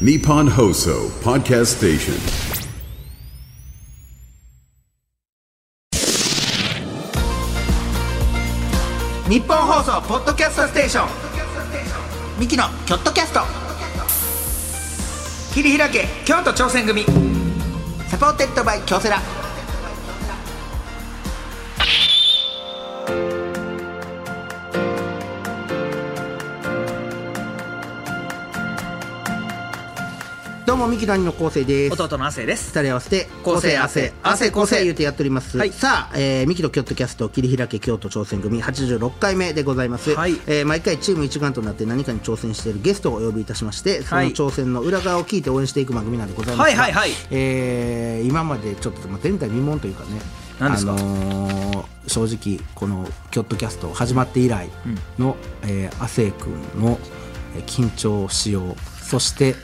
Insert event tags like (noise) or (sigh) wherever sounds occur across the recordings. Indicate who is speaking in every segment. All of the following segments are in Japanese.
Speaker 1: Nippon Hoso Podcast Station.
Speaker 2: 日本放送ポッドキャストステーションミキのキョットキャスト切り開け京都挑戦組サポーテッドバイ京セラ
Speaker 3: どうもミキ谷の構成です
Speaker 2: 弟の亜生です
Speaker 3: 二人合わせて
Speaker 2: 構成
Speaker 3: 汗
Speaker 2: 汗
Speaker 3: 汗構成言うてやっております、
Speaker 2: はい
Speaker 3: さあ、えー、ミキのキョットキャスト切り開け京都挑戦組86回目でございます、
Speaker 2: はい
Speaker 3: えー毎回チーム一丸となって何かに挑戦しているゲストをお呼びいたしましてその
Speaker 2: はい
Speaker 3: 挑戦の裏側を聞いて応援していく番組なんでございますが
Speaker 2: はいはいはい
Speaker 3: えー今までちょっとまあ前代未聞というかね
Speaker 2: 何ですか
Speaker 3: あのー正直このキョットキャスト始まって以来の、えー、亜生君のえー緊張しようそして、えー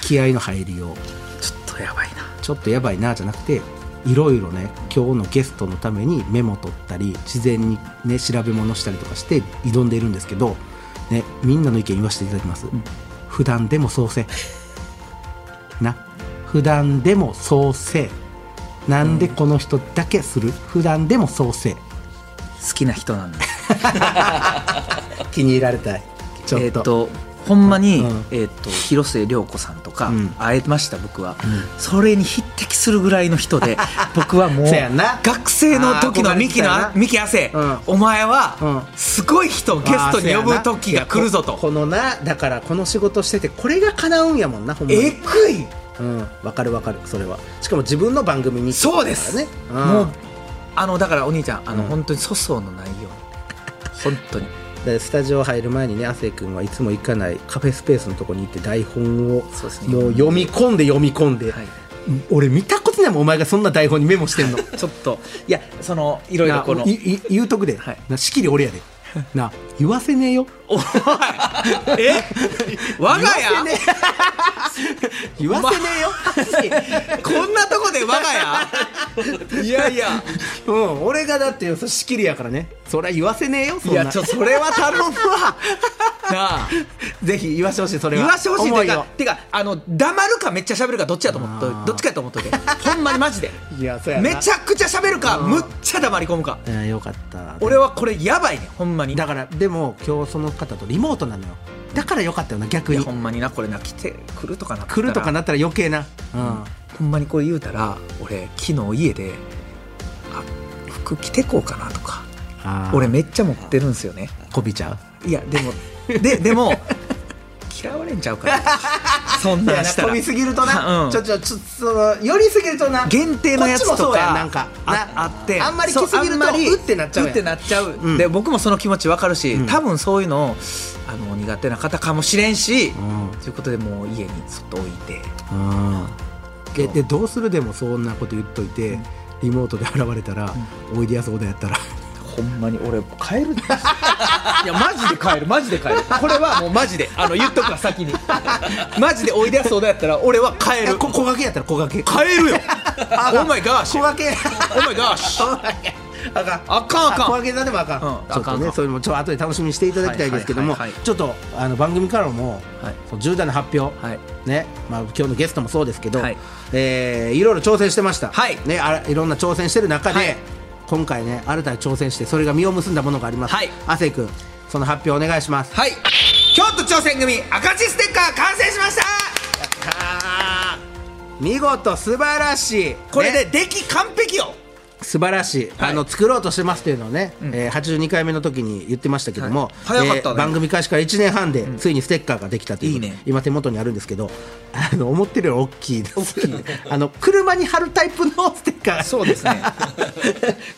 Speaker 3: 気合の入りよう
Speaker 2: ちょっとやばいな
Speaker 3: ちょっとやばいなじゃなくていろいろね今日のゲストのためにメモ取ったり事前にね調べ物したりとかして挑んでいるんですけど、ね、みんなの意見言わせていただきます、普段でもそうせな普段でもそうせなんでこの人だけする普段でもそうせ
Speaker 2: 好きな人
Speaker 3: (laughs)
Speaker 2: なんだ
Speaker 3: 気に入られたいちょっと,、
Speaker 2: えーっとほんまに、
Speaker 3: うん
Speaker 2: えーっと広末涼子さんとか、
Speaker 3: うん
Speaker 2: 会えました僕は、それに匹敵するぐらいの
Speaker 3: (laughs)
Speaker 2: 人で僕はもう
Speaker 3: せやな
Speaker 2: 学生の時
Speaker 3: あ
Speaker 2: の
Speaker 3: ー憧れ
Speaker 2: ミ
Speaker 3: て
Speaker 2: キ
Speaker 3: たよ
Speaker 2: の
Speaker 3: な
Speaker 2: ミキ汗、
Speaker 3: うん
Speaker 2: お前は、
Speaker 3: うん
Speaker 2: すごい人をゲストに呼ぶ時が来る
Speaker 3: い
Speaker 2: ぞ
Speaker 3: やことこのなだからこの仕事しててこれが叶うんやもんなほんまに
Speaker 2: えぐい
Speaker 3: うん、わかるわかるそれはしかも自分の番組にってこと
Speaker 2: そう
Speaker 3: だ
Speaker 2: で
Speaker 3: から
Speaker 2: す、
Speaker 3: ね、うん、
Speaker 2: もうあのだからお兄ちゃんあの、
Speaker 3: うん
Speaker 2: 本当に粗相のないように本当に
Speaker 3: でスタジオ入る前にね亜生君はいつも行かないカフェスペースのとこに行って台本を
Speaker 2: そうですね
Speaker 3: もう読み込んで読み込んで、
Speaker 2: はい
Speaker 3: 俺見たことないもんお前がそんな台本にメモしてんの
Speaker 2: ちょっと (laughs) いやそのいろいろこ
Speaker 3: な
Speaker 2: の
Speaker 3: いい言うとくで、
Speaker 2: はい
Speaker 3: なしきり俺やでな言わせねえよ
Speaker 2: おいえ我が
Speaker 3: 言わせね
Speaker 2: (laughs) 家
Speaker 3: え言わせねえよ、
Speaker 2: (laughs) こんなとこで
Speaker 3: (laughs)
Speaker 2: 我が家いやいや
Speaker 3: うん、俺がだってよそしきりやからねそりゃ言わせねえよそ
Speaker 2: い
Speaker 3: んな
Speaker 2: やち
Speaker 3: (laughs)
Speaker 2: ょそれは頼むわなあ
Speaker 3: ぜひ言わしてほしいそれは
Speaker 2: 言わしてほしい
Speaker 3: 思
Speaker 2: て
Speaker 3: いを
Speaker 2: かてかあの黙るかめっちゃ喋るかどっちやと思っと
Speaker 3: あー
Speaker 2: どっちかやと思っとけほんまにマジで
Speaker 3: いやそうやな
Speaker 2: めちゃくちゃ喋るかむっちゃ黙り込むか
Speaker 3: いやよかった
Speaker 2: 俺はこれやばいねほんまに
Speaker 3: だからでも今日その方とリモートなのよだからよかったよな逆
Speaker 2: いや
Speaker 3: に
Speaker 2: ほんまになこれな来て来るとかな
Speaker 3: 来るとか
Speaker 2: な
Speaker 3: なったら余計なうん
Speaker 2: ほんまにこれ言うたら俺昨日家であ服着てこうかなとか俺
Speaker 3: 俺
Speaker 2: めっちゃ持ってるんですよね
Speaker 3: こびちゃう
Speaker 2: いやでもででも嫌われんちゃうから (laughs) そん
Speaker 3: い
Speaker 2: な
Speaker 3: や
Speaker 2: んした
Speaker 3: 飛
Speaker 2: ら
Speaker 3: びすぎるとな、
Speaker 2: (laughs) うん
Speaker 3: ちょちょちょその寄りすぎるとな
Speaker 2: 限定のやつ
Speaker 3: こっちも
Speaker 2: と
Speaker 3: そうや
Speaker 2: か
Speaker 3: んなんか
Speaker 2: あ
Speaker 3: な
Speaker 2: あって
Speaker 3: あんまり
Speaker 2: そう
Speaker 3: 来すぎると
Speaker 2: あんまり
Speaker 3: うってなっちゃうやん
Speaker 2: ってなっちゃう、
Speaker 3: ん
Speaker 2: で僕もその気持ちわかるし、
Speaker 3: うん
Speaker 2: 多分そういうのあの苦手な方かもしれんし、
Speaker 3: ん
Speaker 2: ということでもう家にずっと置いて
Speaker 3: ででどうするでもそんなこと言っといて、リモートで (laughs) 現れたら、おいでやすおだやったら
Speaker 2: ほんまに俺帰 (laughs) るいやマジで帰るマジで帰るこれはもうマジであの言っとくわ先に (laughs) マジでおいでやそうだやったら俺は帰る
Speaker 3: (laughs) こ小掛けやったら小掛け
Speaker 2: (laughs) 帰 (laughs) るよお前ガーシ
Speaker 3: 小
Speaker 2: ー
Speaker 3: 掛け
Speaker 2: お前ガーシー
Speaker 3: (laughs) あかん
Speaker 2: あかんあかん
Speaker 3: 小分けになってもあかん、
Speaker 2: うん
Speaker 3: ちょ
Speaker 2: あ
Speaker 3: っ
Speaker 2: かんあ
Speaker 3: と
Speaker 2: かん
Speaker 3: ねそれもちょっと後で楽しみにしていただきたいですけども、
Speaker 2: はいはいはいはい
Speaker 3: ちょっとあの番組からも、
Speaker 2: はい
Speaker 3: その重大な発表、
Speaker 2: はい
Speaker 3: ねまあ、今日のゲストもそうですけど、
Speaker 2: はい
Speaker 3: いえーいろいろ挑戦してました、
Speaker 2: はい
Speaker 3: ね、あらいろんな挑戦してる中で、
Speaker 2: はい
Speaker 3: 今回ね新たに挑戦してそれが実を結んだものがあります、
Speaker 2: はい
Speaker 3: 亜生君その発表お願いします
Speaker 2: はい京都挑戦組赤字ステッカー完成しました
Speaker 3: 見事素晴らしい
Speaker 2: これ
Speaker 3: ね
Speaker 2: で出来完璧よ
Speaker 3: 素晴らしい、
Speaker 2: はい
Speaker 3: あの作ろうとしてますというのをね、えー82回目の時に言ってましたけども、
Speaker 2: はい早かった
Speaker 3: えー
Speaker 2: ね
Speaker 3: 番組開始から1年半でついにステッカーができたということ
Speaker 2: いいね
Speaker 3: 今手元にあるんですけどあの思ってるより大きいです (laughs) あの車に貼るタイプのステッカー
Speaker 2: そうで
Speaker 3: (laughs)
Speaker 2: す (laughs) ね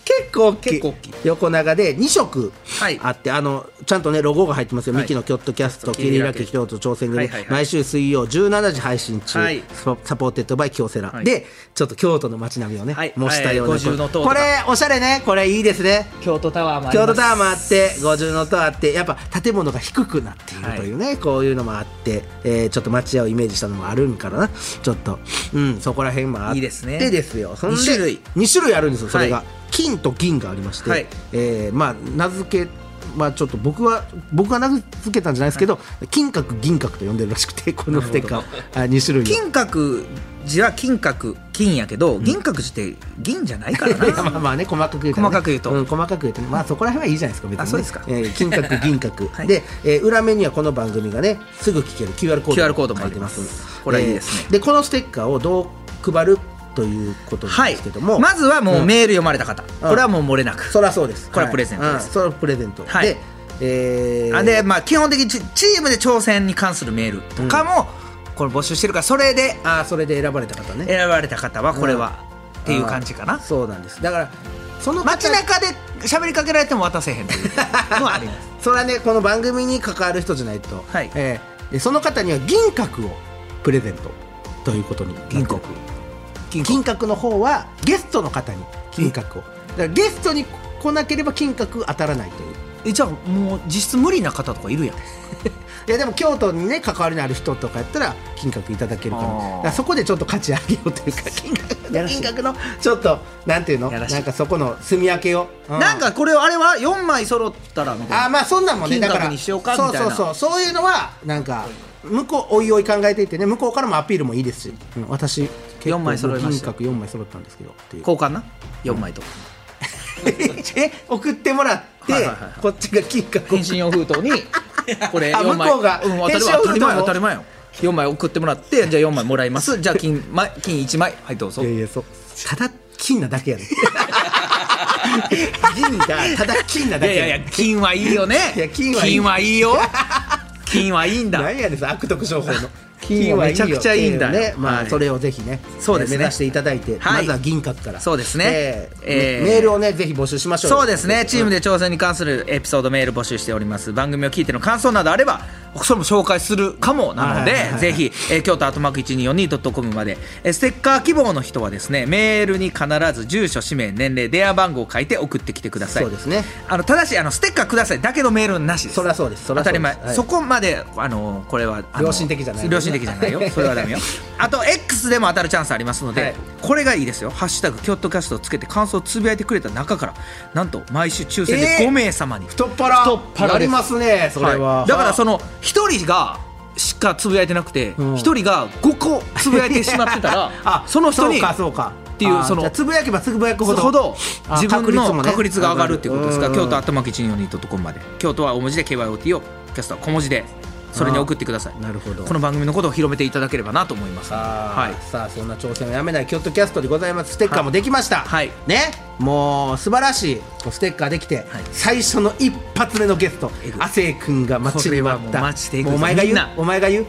Speaker 3: 結構大きい
Speaker 2: 結構大きい
Speaker 3: 横長で2色
Speaker 2: はい
Speaker 3: あって、あのちゃんとねロゴが入ってますよ、
Speaker 2: はい
Speaker 3: ミキのキョットキャスト
Speaker 2: キ
Speaker 3: キ
Speaker 2: リ
Speaker 3: リ
Speaker 2: ラ
Speaker 3: ラ
Speaker 2: キ
Speaker 3: キ京都挑戦組、
Speaker 2: はいはいはい
Speaker 3: 毎週水曜17時配信中、
Speaker 2: はい
Speaker 3: サポサポーテッドバイ京セラ、
Speaker 2: はい
Speaker 3: でちょっと京都の街並みをね、
Speaker 2: はい
Speaker 3: 模したような、
Speaker 2: はい五重塔とか
Speaker 3: これおしゃれねこれいいですね
Speaker 2: 京都タワーもあります
Speaker 3: 京都タワーもあって五重塔あってやっぱ建物が低くなっているというね、こういうのもあって、えーちょっと町屋をイメージしたのもあるんからなちょっと、うん、そこら辺もあって
Speaker 2: いいですね
Speaker 3: ですよそんで
Speaker 2: 二種類
Speaker 3: 2種類あるんですよそれが、
Speaker 2: はい
Speaker 3: 金と銀がありまして、
Speaker 2: はい
Speaker 3: えーまあ名付けまあ、ちょっと僕は僕が名付けたんじゃないですけど、金閣銀閣と呼んでるらしくてこのステッカーをあ2種類の
Speaker 2: 金閣寺は金閣金やけど銀閣寺って銀じゃないから
Speaker 3: (laughs) いや
Speaker 2: な
Speaker 3: まあまあね細かく言うからね
Speaker 2: 細かく言うと
Speaker 3: ん細かく言うとねまあそこら辺はいいじゃないですか別に、ね、
Speaker 2: あそうですか
Speaker 3: えー金
Speaker 2: (laughs)
Speaker 3: 閣銀閣、
Speaker 2: はい
Speaker 3: で、えー裏面にはこの番組がねすぐ聞ける QR コード
Speaker 2: QR コードも
Speaker 3: 書
Speaker 2: あ
Speaker 3: い
Speaker 2: り
Speaker 3: てま
Speaker 2: ますす
Speaker 3: んで
Speaker 2: これいいですね
Speaker 3: えーでこのステッカーをどう配るということなん
Speaker 2: (laughs) は
Speaker 3: で
Speaker 2: い
Speaker 3: すけども、
Speaker 2: まずはもうメール読まれた方、これはもう漏れなく
Speaker 3: そらそうです
Speaker 2: これはプレゼントです
Speaker 3: うんそれはプレゼント、
Speaker 2: はい
Speaker 3: でえー
Speaker 2: あでまあ基本的にチチームで挑戦に関するメールとかも、これ募集してるからそれで
Speaker 3: あーそれで選ばれた方ね
Speaker 2: 選ばれた方はこれは、っていう感じか
Speaker 3: あー
Speaker 2: な
Speaker 3: そうなんですだからその方
Speaker 2: 街中で喋りかけられても渡せへんという (laughs) のはあります
Speaker 3: それはねこの番組に関わる人じゃないと、
Speaker 2: はい
Speaker 3: えーでその方には銀閣をプレゼントということになってる
Speaker 2: 銀閣
Speaker 3: 銀閣の方はゲストの方に金閣をだからゲストに来なければ金閣当たらないという
Speaker 2: えじゃあもう実質無理な方とかいるやん
Speaker 3: いやでも京都にね関わりのある人とかやったら金閣いただけるから
Speaker 2: あー
Speaker 3: だからそこでちょっと価値上げようというか金閣の
Speaker 2: やらしい
Speaker 3: 金閣のちょっとなんていうのな
Speaker 2: やら
Speaker 3: ん
Speaker 2: しい
Speaker 3: かそこの住み分けを、う
Speaker 2: なんかこれをあれは4枚揃ったらみたいな
Speaker 3: あーまあそんなんもね
Speaker 2: 金
Speaker 3: だ
Speaker 2: 額
Speaker 3: から
Speaker 2: にしようかみたいな
Speaker 3: そうそうそうそういうのはなんか向こうおいおい考えていてね向こうからもアピールもいいですし、うん私結構
Speaker 2: 四枚揃いました
Speaker 3: 金閣4枚揃ったんですけどっていう
Speaker 2: 交換な4枚とか、
Speaker 3: (laughs) え送ってもらって、
Speaker 2: はいはいはいはい
Speaker 3: こっちが金閣
Speaker 2: (laughs)
Speaker 3: を
Speaker 2: 返信用封筒にこれ
Speaker 3: あ
Speaker 2: 4枚
Speaker 3: 向こうが
Speaker 2: ん、当た
Speaker 3: 返
Speaker 2: り
Speaker 3: 信用
Speaker 2: 前
Speaker 3: 封筒
Speaker 2: 当た
Speaker 3: も
Speaker 2: り前当たり前よ4枚送ってもら (laughs) ってじゃあ4枚もらいますじゃあ金ま金1枚はいどうぞ
Speaker 3: いやいやそうただ金なだけやね
Speaker 2: (laughs)
Speaker 3: 銀がただ金なだけ
Speaker 2: いやいやいや金はいいよね
Speaker 3: いや金はいい
Speaker 2: い (laughs) よ金はいいんだ
Speaker 3: なんやねんその悪徳商法の
Speaker 2: (laughs) 金はめちゃくちゃいいんだよ
Speaker 3: 金はねま
Speaker 2: は
Speaker 3: あ
Speaker 2: い
Speaker 3: それをぜひね
Speaker 2: そうですね
Speaker 3: 目指していただいて
Speaker 2: はい
Speaker 3: まずは銀閣から
Speaker 2: そうですね
Speaker 3: えー
Speaker 2: えー
Speaker 3: メールをねぜひ募集しましょうよ
Speaker 2: そうですねチームで挑戦に関するエピソードメール募集しております番組を聞いての感想などあればそれも紹介するかもなので、
Speaker 3: はいはいはい
Speaker 2: ぜひ、えー、京都アートマーク 1242.com まで、えーステッカー希望の人はですねメールに必ず住所氏名年齢電話番号を書いて送ってきてください
Speaker 3: そうですね
Speaker 2: あのただしあのステッカーくださいだけどメールなしです
Speaker 3: そりゃそうですそり
Speaker 2: 当
Speaker 3: ゃそ
Speaker 2: た
Speaker 3: うで
Speaker 2: り
Speaker 3: す
Speaker 2: 前、
Speaker 3: はい
Speaker 2: そこまであのこれはあの
Speaker 3: 良心的じゃない
Speaker 2: 良心的じゃないよそれはダメよあと X でも当たるチャンスありますので、
Speaker 3: はい
Speaker 2: これがいいですよ「ハッシュタグ京都キャスト」をつけて感想をつぶやいてくれた中からなんと毎週抽選
Speaker 3: え
Speaker 2: で
Speaker 3: ー
Speaker 2: 5名様に、
Speaker 3: 太っ腹
Speaker 2: 太っ腹です
Speaker 3: やりますねそれは、
Speaker 2: はいだからそ
Speaker 3: の
Speaker 2: の1人がしかつぶやいてなくて、
Speaker 3: ん
Speaker 2: 1人が5個つぶやいてしまってた
Speaker 3: (laughs)
Speaker 2: らその人
Speaker 3: そ
Speaker 2: に
Speaker 3: うかそうか
Speaker 2: っていう
Speaker 3: あー
Speaker 2: その
Speaker 3: じゃあつぶやけばつぶやくほど
Speaker 2: ほど
Speaker 3: あ
Speaker 2: 自分
Speaker 3: も
Speaker 2: の
Speaker 3: ね
Speaker 2: 確率が上がるっていうことですから
Speaker 3: ん
Speaker 2: 京都頭1 2 4 2 com まで京都は大文字で KYOT をキャストは小文字でそれに送ってください
Speaker 3: あなるほど
Speaker 2: この番組のことを広めていただければなと思いますは
Speaker 3: はいい、さあそんな挑戦をやめない京都キャストでございますステッカーもできました、
Speaker 2: はい
Speaker 3: ねもう素晴らしいこうステッカーできて、
Speaker 2: はい
Speaker 3: 最初の一発目のゲスト
Speaker 2: えぐい
Speaker 3: 亜生君が待ちに待っ
Speaker 2: これはもう
Speaker 3: た
Speaker 2: 待ちでえぐい
Speaker 3: もうお前が言
Speaker 2: みん
Speaker 3: う
Speaker 2: な
Speaker 3: お前が言う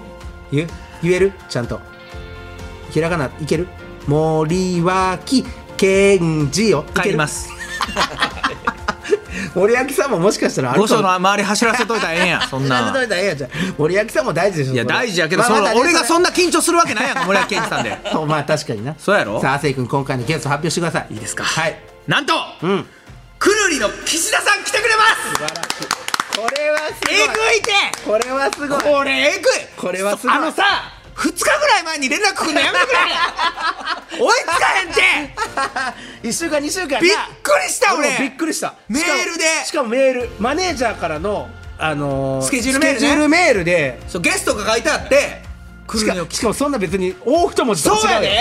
Speaker 3: 言う言えるちゃんとひらがないける森脇健二よいける
Speaker 2: 帰ります
Speaker 3: 森脇さんももしかしたらある
Speaker 2: 五
Speaker 3: か
Speaker 2: 所
Speaker 3: も
Speaker 2: の周り走らせといたらええんや
Speaker 3: (laughs)
Speaker 2: そんな
Speaker 3: 調べといたらええやんじゃあ森脇さんも大事でしょ
Speaker 2: いや
Speaker 3: それ
Speaker 2: 大事やけど
Speaker 3: まあ
Speaker 2: その
Speaker 3: まだね
Speaker 2: 俺が
Speaker 3: そ
Speaker 2: そ
Speaker 3: れ
Speaker 2: んな緊張するわけないやんか森脇健児さん
Speaker 3: (laughs)
Speaker 2: で
Speaker 3: そうまあ確かにな
Speaker 2: そうやろ
Speaker 3: さあ亜生君今回のゲスト発表してください
Speaker 2: いいですか
Speaker 3: はい
Speaker 2: なんと
Speaker 3: うん
Speaker 2: くるりの岸田さん来てくれます
Speaker 3: これはす
Speaker 2: えぐいて
Speaker 3: これはすごい
Speaker 2: これえぐい
Speaker 3: これはすごい
Speaker 2: あのさ2日ぐらい前に連絡くんのやめてくれ
Speaker 3: (laughs)
Speaker 2: 追いつかへんて
Speaker 3: 1週間2週間
Speaker 2: びっくりした俺
Speaker 3: 俺びっくりした
Speaker 2: メールで
Speaker 3: しかもしかもメールマネージャーからのあの
Speaker 2: スケジュールメールね
Speaker 3: スケジュールメールで
Speaker 2: そうゲストが書いてあって来
Speaker 3: し
Speaker 2: るの
Speaker 3: かしかもそんな別に大太文字と
Speaker 2: そう
Speaker 3: か
Speaker 2: や
Speaker 3: 違うよ
Speaker 2: で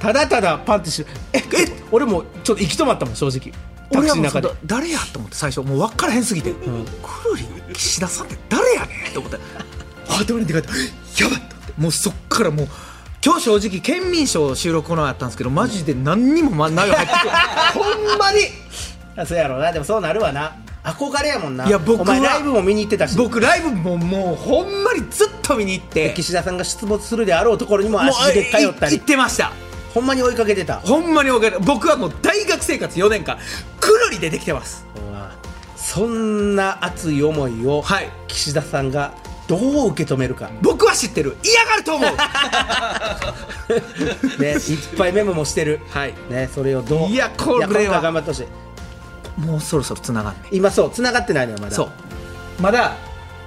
Speaker 3: ただただパンってしてええ俺もちょっと行き止まったもん正直タクシーの中で
Speaker 2: 俺はもうそうだ誰やと思って最初もう分からへんすぎて、くるりの岸田さんって誰やねんと思って頭に手が入ってやばいと思ってもうそっからもう今日正直県民賞収録このやったんですけどマジで何にもま内容入って (laughs) こないほんまに
Speaker 3: あそうやろうなでもそうなるわな憧れやもんない
Speaker 2: や僕は
Speaker 3: お前ライブも見に行ってたし
Speaker 2: 僕ライブももうほんまにずっと見に行って
Speaker 3: 岸田さんが出没するであろうところにも
Speaker 2: もう
Speaker 3: 足で通った
Speaker 2: い
Speaker 3: り
Speaker 2: 行ってました
Speaker 3: ほんまに追いかけてた
Speaker 2: ほんまにおかげ僕はもう大学生活4年間くるりでできてます
Speaker 3: そんな熱い思いを
Speaker 2: はい
Speaker 3: 岸田さんがどう受け止めるか、 (laughs)
Speaker 2: 僕は知ってる嫌がると思う
Speaker 3: ね、いっぱいメモもしてる、
Speaker 2: (laughs) はい
Speaker 3: ね、それをどう
Speaker 2: いやこれは
Speaker 3: や
Speaker 2: い
Speaker 3: 今回頑張ってほしい
Speaker 2: もうそろそろつながんね
Speaker 3: 今そう繋がってないのよまだ
Speaker 2: そうまだ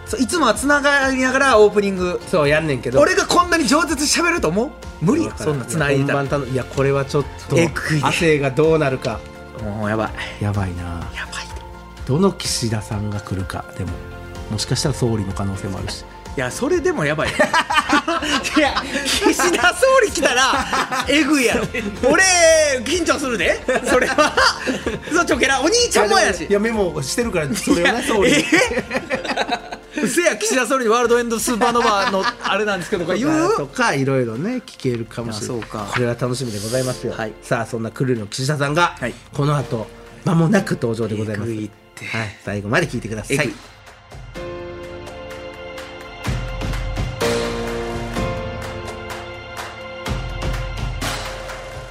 Speaker 2: そういつもはつながりながらオープニング
Speaker 3: そうやんねんけど
Speaker 2: 俺がこんなに上手に喋ると思う無理よそんなつないでたら
Speaker 3: 本番頼むいやこれはちょっと
Speaker 2: えぐいね
Speaker 3: 亜生がどうなるか
Speaker 2: もうやばい
Speaker 3: やばいな
Speaker 2: やばい
Speaker 3: どの岸田さんが来るかでももしかしたら総理の可能性もあるし
Speaker 2: いやそれでもやばいよ (laughs) いや岸田総理来た (laughs) らえぐいやろ俺緊張するでそれはそうちょけらお兄ちゃんもやし
Speaker 3: いやメモしてるからそれをね総
Speaker 2: え
Speaker 3: 理
Speaker 2: えうせや岸田総理にワールドエンドスーパーノバーのあれなんですけどとか (laughs) 言う
Speaker 3: とかいろいろね聞けるかもしれない
Speaker 2: あそうか
Speaker 3: これは楽しみでございますよ、
Speaker 2: はい
Speaker 3: さあそんなクルリの岸田さんが、
Speaker 2: はい
Speaker 3: この後間もなく登場でございます
Speaker 2: えぐいって
Speaker 3: はい、最後まで聞いてください
Speaker 2: えぐい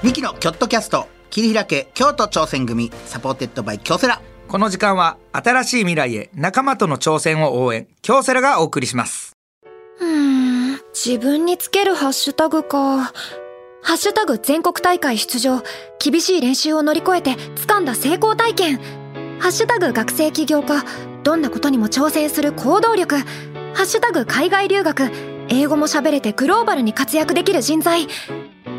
Speaker 4: ミキのキョットキャスト切り開け京都挑戦組サポーテッドバイ京セラ
Speaker 2: この時間は新しい未来へ仲間との挑戦を応援京セラがお送りします
Speaker 5: うーん自分につけるハッシュタグか。ハッシュタグ全国大会出場。厳しい練習を乗り越えて掴んだ成功体験。ハッシュタグ学生起業家。どんなことにも挑戦する行動力。ハッシュタグ海外留学。英語も喋れてグローバルに活躍できる人材。っ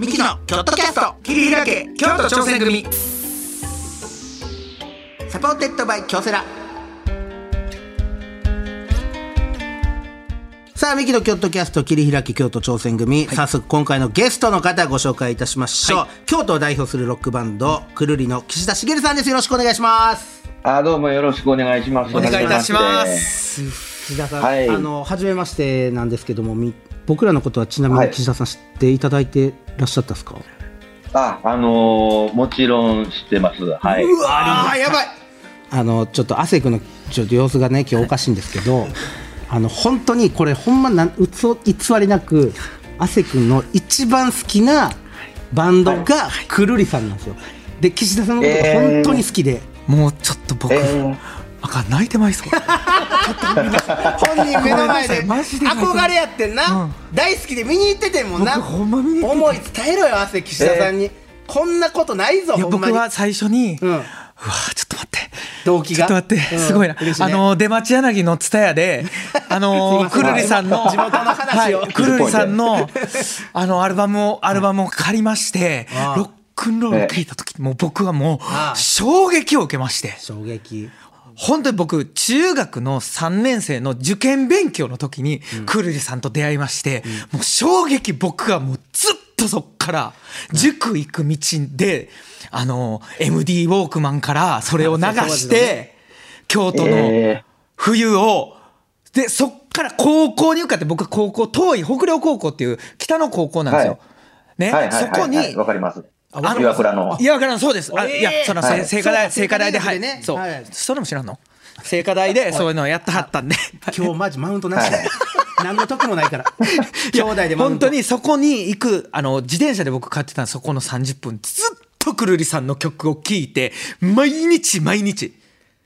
Speaker 2: ミキの
Speaker 4: キョットキャスト
Speaker 2: 切り開け京都挑戦組
Speaker 4: サポーテッドバイ京セラ
Speaker 3: さあミキの京都キャスト切り開き京都挑戦組、早速今回のゲストの方ご紹介いたしましょう、京都を代表するロックバンドくるりの岸田茂さんですよろしくお願いします
Speaker 6: あどうもよろしくお願いします。
Speaker 2: お願いいたします
Speaker 3: 岸田さん、
Speaker 6: はい
Speaker 3: あの初めましてなんですけどもみ僕らのことはちなみ
Speaker 6: は
Speaker 3: に
Speaker 6: い
Speaker 3: 岸田さん知っていただいてらっしゃったですか、
Speaker 6: あ、あのーもちろん知ってます。はい。
Speaker 3: あやばいあのちょっと亜生君のちょっと様子がね今日おかしいんですけど、あの本当にこれほんまなんうつを偽りなく亜生君の一番好きなバンドがくるりさんなんですよで岸田さんのことが本当に好きで、
Speaker 2: もうちょっと僕、
Speaker 6: えー
Speaker 2: あかん泣いてまいそう
Speaker 3: 本人目の前で (laughs)
Speaker 2: ごめんなさいマジで
Speaker 3: 憧れやってんな、大好きで見に行っててんもんな
Speaker 2: 僕ほんま見に行って
Speaker 3: 思い伝えろよ亜生岸田さんに、こんなことないぞ
Speaker 2: いや
Speaker 3: ほんま
Speaker 2: 僕
Speaker 3: に
Speaker 2: は最初に、
Speaker 3: ん
Speaker 2: うわちょっと待って
Speaker 3: 動機
Speaker 2: ちょ
Speaker 3: が
Speaker 2: っと待って、
Speaker 3: うん
Speaker 2: すごいな、
Speaker 3: 嬉し
Speaker 2: あ
Speaker 3: ね
Speaker 2: の出町柳の蔦屋であのくるりさんの
Speaker 3: 地元の話を
Speaker 2: はい、くるりさんのあのアルバムをアルバムを借りまして、ロックンロール聞いた時もう僕はも
Speaker 3: ああ
Speaker 2: う衝撃を受けまして
Speaker 3: 衝撃
Speaker 2: 本当に僕中学の3年生の受験勉強の時にくるりさんと出会いまして、もう衝撃僕がもうずっとそっから塾行く道で、あの MD ウォークマンからそれを流して、京都の
Speaker 6: え
Speaker 2: 冬をでそっから高校に受かって僕は高校遠い北陵高校っていう北の高校なんですよ。
Speaker 6: はい
Speaker 2: ね、
Speaker 6: ーはいはい
Speaker 2: そ
Speaker 6: はい
Speaker 2: こ
Speaker 6: はい
Speaker 2: に
Speaker 6: わかります。
Speaker 2: あわかる
Speaker 6: 岩倉の
Speaker 2: い。や、わからん、そうです。あいや、その、
Speaker 6: はい
Speaker 2: せ聖火台、
Speaker 3: そう
Speaker 2: 聖
Speaker 3: か
Speaker 2: 火台で、は
Speaker 3: 聖火台でね
Speaker 2: い、そ、
Speaker 3: はいう
Speaker 2: それも知らんの。聖火台で、そういうのをやってはったんで。
Speaker 3: (laughs) 今日マジマウントなしだよ何の得もないから
Speaker 2: い
Speaker 3: 兄
Speaker 2: や
Speaker 3: 弟でマウン
Speaker 2: 本
Speaker 3: ト
Speaker 2: 当にそこに行く、あの、自転車で僕買ってたそこの30分、ずっとくるりさんの曲を聴いて、毎日毎日。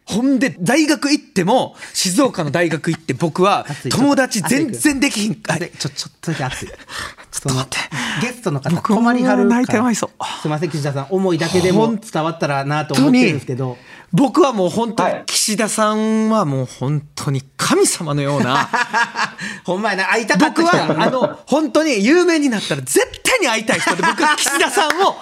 Speaker 2: ほんで、大学行っても、静岡の大学行って、僕は
Speaker 3: 熱いちょっと
Speaker 2: 友達全然できひんか
Speaker 3: で
Speaker 2: い。
Speaker 3: ちょちょっとだけ
Speaker 2: (laughs)
Speaker 3: 熱いちょっ
Speaker 2: と待って
Speaker 3: ゲストの方
Speaker 2: 僕
Speaker 3: 困りはるから
Speaker 2: もう泣いてまいそう
Speaker 3: すいません岸田さん思いだけでも伝わったらなと思ってるんですけど
Speaker 2: 僕はもう本当に
Speaker 6: はい、
Speaker 2: 岸田さんはもう本当に神様のような、
Speaker 3: ほんまやな会いたかった
Speaker 2: 僕
Speaker 3: 人や
Speaker 2: は
Speaker 3: な
Speaker 2: あの本当に有名になったら絶対に会いたい人で僕は岸田さんを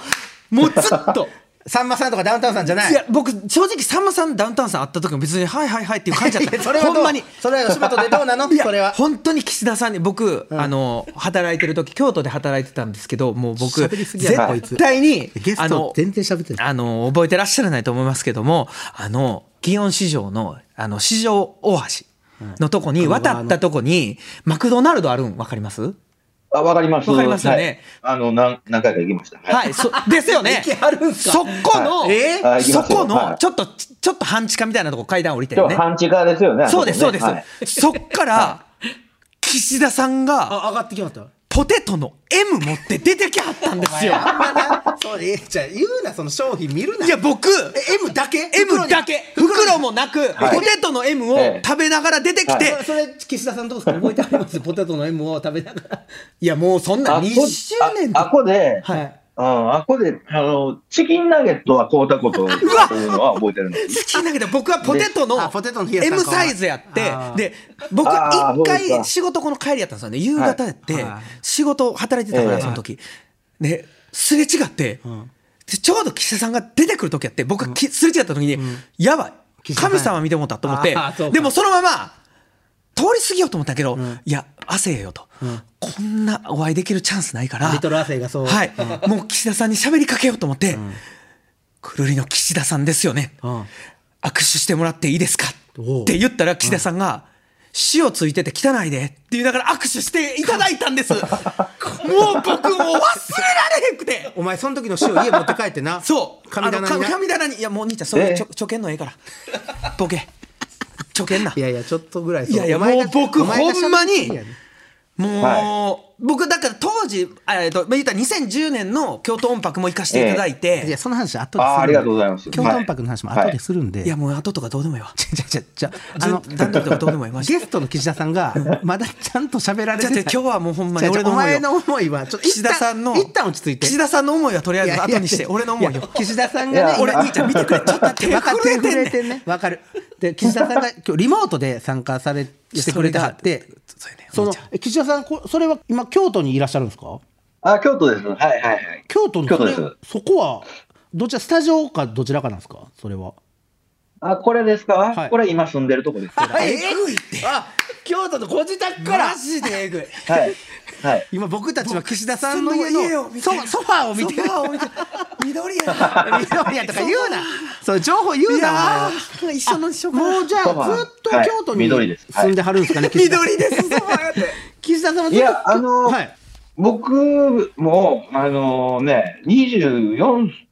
Speaker 2: もうずっと。
Speaker 3: (laughs) さんまさんとかダウンタウンさんじゃない
Speaker 2: いや僕正直さんまさんダウンタウンさん会った時も別にはいはいはいっていう感じだっ
Speaker 3: いや
Speaker 2: た
Speaker 3: (laughs) それはどう
Speaker 2: ほんまに
Speaker 3: それは吉本でどうなの
Speaker 2: いや
Speaker 3: それは
Speaker 2: 本当に岸田さんに僕、あの働いてる時京都で働いてたんですけどもう僕
Speaker 3: 喋りすぎやなこいつ
Speaker 2: 絶対に
Speaker 3: ゲスト
Speaker 2: あの
Speaker 3: 全然喋ってない
Speaker 2: あの覚えてらっしゃらないと思いますけどもあの祇園市場のあの市場大橋のとこに渡ったとこにマクドナルドあるん分かります
Speaker 6: あ、わかります。
Speaker 2: わかりますよね
Speaker 6: はい。あの、なん、何回か行きました。は
Speaker 2: はい、そ (laughs) ですよね。そこの、
Speaker 6: はいえーあ行き
Speaker 2: そ
Speaker 6: ます
Speaker 2: こ
Speaker 6: は
Speaker 2: の
Speaker 6: い
Speaker 2: ちょっとちょっと半地下みたいなとこ階段降りて
Speaker 6: 今
Speaker 2: る
Speaker 6: 日
Speaker 2: ね。
Speaker 6: 半地下ですよね。あこ
Speaker 2: そう
Speaker 6: ね
Speaker 2: ですそうです。
Speaker 6: はい
Speaker 2: そっから岸田さんが
Speaker 3: あ上がってきました
Speaker 2: ポテトの M 持って出てきはったんですよ。
Speaker 3: そうえじゃあ言うなその商品見るない
Speaker 7: や僕
Speaker 3: え M だけ
Speaker 7: M だけ袋もなく
Speaker 6: はい
Speaker 7: ポテトの M を
Speaker 6: ええ
Speaker 7: 食べながら出てきて
Speaker 3: 袋にそれそれ岸田さんどうですか覚えてありますポテトの M を食べながら
Speaker 7: いやもうそんな
Speaker 6: あ
Speaker 7: 20
Speaker 6: こ
Speaker 7: 年
Speaker 6: ああこで、
Speaker 7: はい
Speaker 6: うん、あこで、あの、チキンナゲットは買うたことっていうのは覚えてるんです。
Speaker 7: 好きだけど僕はポテトの
Speaker 3: あポテトの冷やし
Speaker 7: M
Speaker 3: 中華
Speaker 7: サイズやってで僕は
Speaker 6: あー
Speaker 7: 一
Speaker 6: そうです
Speaker 7: 回
Speaker 6: か
Speaker 7: 仕事この帰りやったんですよね夕方やって仕事働いてたか
Speaker 6: え
Speaker 7: ら
Speaker 6: え
Speaker 7: その時ですれ違ってでちょうど岸田さんが出てくる時やって僕がきすれ違った時にやばい
Speaker 3: 岸田さん
Speaker 7: 神様見てもうたと思って
Speaker 3: あーそうか
Speaker 7: でもそのまま通り過ぎようと思ったけど、いや、汗えよと、こんなお会いできるチャンスないから、
Speaker 3: リトル亜生がそう
Speaker 7: はい、もう岸田さんに喋りかけようと思って、くるりの岸田さんですよね、
Speaker 3: ん
Speaker 7: 握手してもらっていいですか
Speaker 3: おう
Speaker 7: って言ったら、岸田さんが、塩ついてて汚いでって言いながら握手していただいたんです。もう僕もう忘れられへんくて。
Speaker 3: お前その時の塩家持って帰ってな
Speaker 7: (laughs) そう。
Speaker 3: 神棚
Speaker 7: あ
Speaker 3: に
Speaker 7: の
Speaker 3: な
Speaker 7: か神棚に。いや、もう兄ちゃん、それ
Speaker 6: え
Speaker 7: ちょ、ちょけんのええから。ボケ。ちょけんな。
Speaker 3: いやいやちょっとぐらい
Speaker 7: いやいや
Speaker 3: お前が
Speaker 7: もう僕
Speaker 3: お前が喋って
Speaker 7: ほんまに
Speaker 3: いや
Speaker 7: もう、
Speaker 6: は
Speaker 7: 僕だから当時、えっと、まあ言ったら2010年の京都音楽も行かせていただいて、
Speaker 3: いやその話後でするんで
Speaker 6: ああー、ありがとうございます。
Speaker 3: 京都音楽の話も後でするんで、
Speaker 7: いやもう後とかどうでもいいわ。
Speaker 3: じゃじゃじゃあ
Speaker 7: あの
Speaker 3: の
Speaker 7: 段取りとかどうでもいいマジで。
Speaker 3: ゲストの岸田さんがまだちゃんと喋られて
Speaker 7: じゃあ
Speaker 3: ない
Speaker 7: 今日はもうほんまに
Speaker 3: じゃあ
Speaker 7: 俺の思いを
Speaker 3: お前の思いはちょっと一
Speaker 7: 岸
Speaker 3: 旦
Speaker 7: 田さんの
Speaker 3: 一旦落ち着いて
Speaker 7: 岸田さんの思いはとりあえず後にして、俺の思い
Speaker 3: や
Speaker 7: よ。
Speaker 3: 岸田さん
Speaker 6: い
Speaker 3: がね
Speaker 6: や
Speaker 7: 俺兄ちゃん見てくれちょっと手
Speaker 3: 分かって
Speaker 7: 震
Speaker 3: く
Speaker 7: え
Speaker 3: れ
Speaker 7: て
Speaker 3: て
Speaker 7: ん
Speaker 3: ん
Speaker 7: ねん。
Speaker 3: ねわかるで岸田さんが今日リモートで参加されしてくれてはって
Speaker 7: それが
Speaker 3: そのえ岸田さんこそれは今京都にいらっしゃるんですか
Speaker 6: あ、京都です。はいはいはい。
Speaker 3: 京都の
Speaker 6: 京
Speaker 3: そ
Speaker 6: 都で
Speaker 3: れ
Speaker 6: す
Speaker 3: そこはどちらスタジオかどちらかなんですかそれは
Speaker 6: あ、これですか、
Speaker 3: はい
Speaker 6: これ今住んでるとこです。は
Speaker 3: えぐいってあ京都のご自宅から
Speaker 7: マジでえぐい。
Speaker 6: い。
Speaker 2: (laughs)
Speaker 6: はい。
Speaker 3: 今僕たちは岸田さんの
Speaker 7: 僕
Speaker 3: 家
Speaker 7: その家
Speaker 3: の
Speaker 7: を見て
Speaker 3: ソ
Speaker 7: る
Speaker 3: ソファーを見てる
Speaker 7: ソファーを見て緑や。
Speaker 3: 緑やとか言うなそう情報言
Speaker 7: いう
Speaker 3: なお前
Speaker 7: や
Speaker 3: は
Speaker 7: ー一緒の一緒かな
Speaker 3: もうじゃ
Speaker 6: ソファ
Speaker 3: あ
Speaker 6: ー
Speaker 3: ずっと
Speaker 6: はい
Speaker 3: 京都に
Speaker 6: 緑ですはい
Speaker 3: 住んではるんですかね、岸田さん
Speaker 7: 緑です。そばやって。
Speaker 3: 岸田さんはい
Speaker 6: やあのー
Speaker 3: はい、
Speaker 6: 僕も、あのね、24、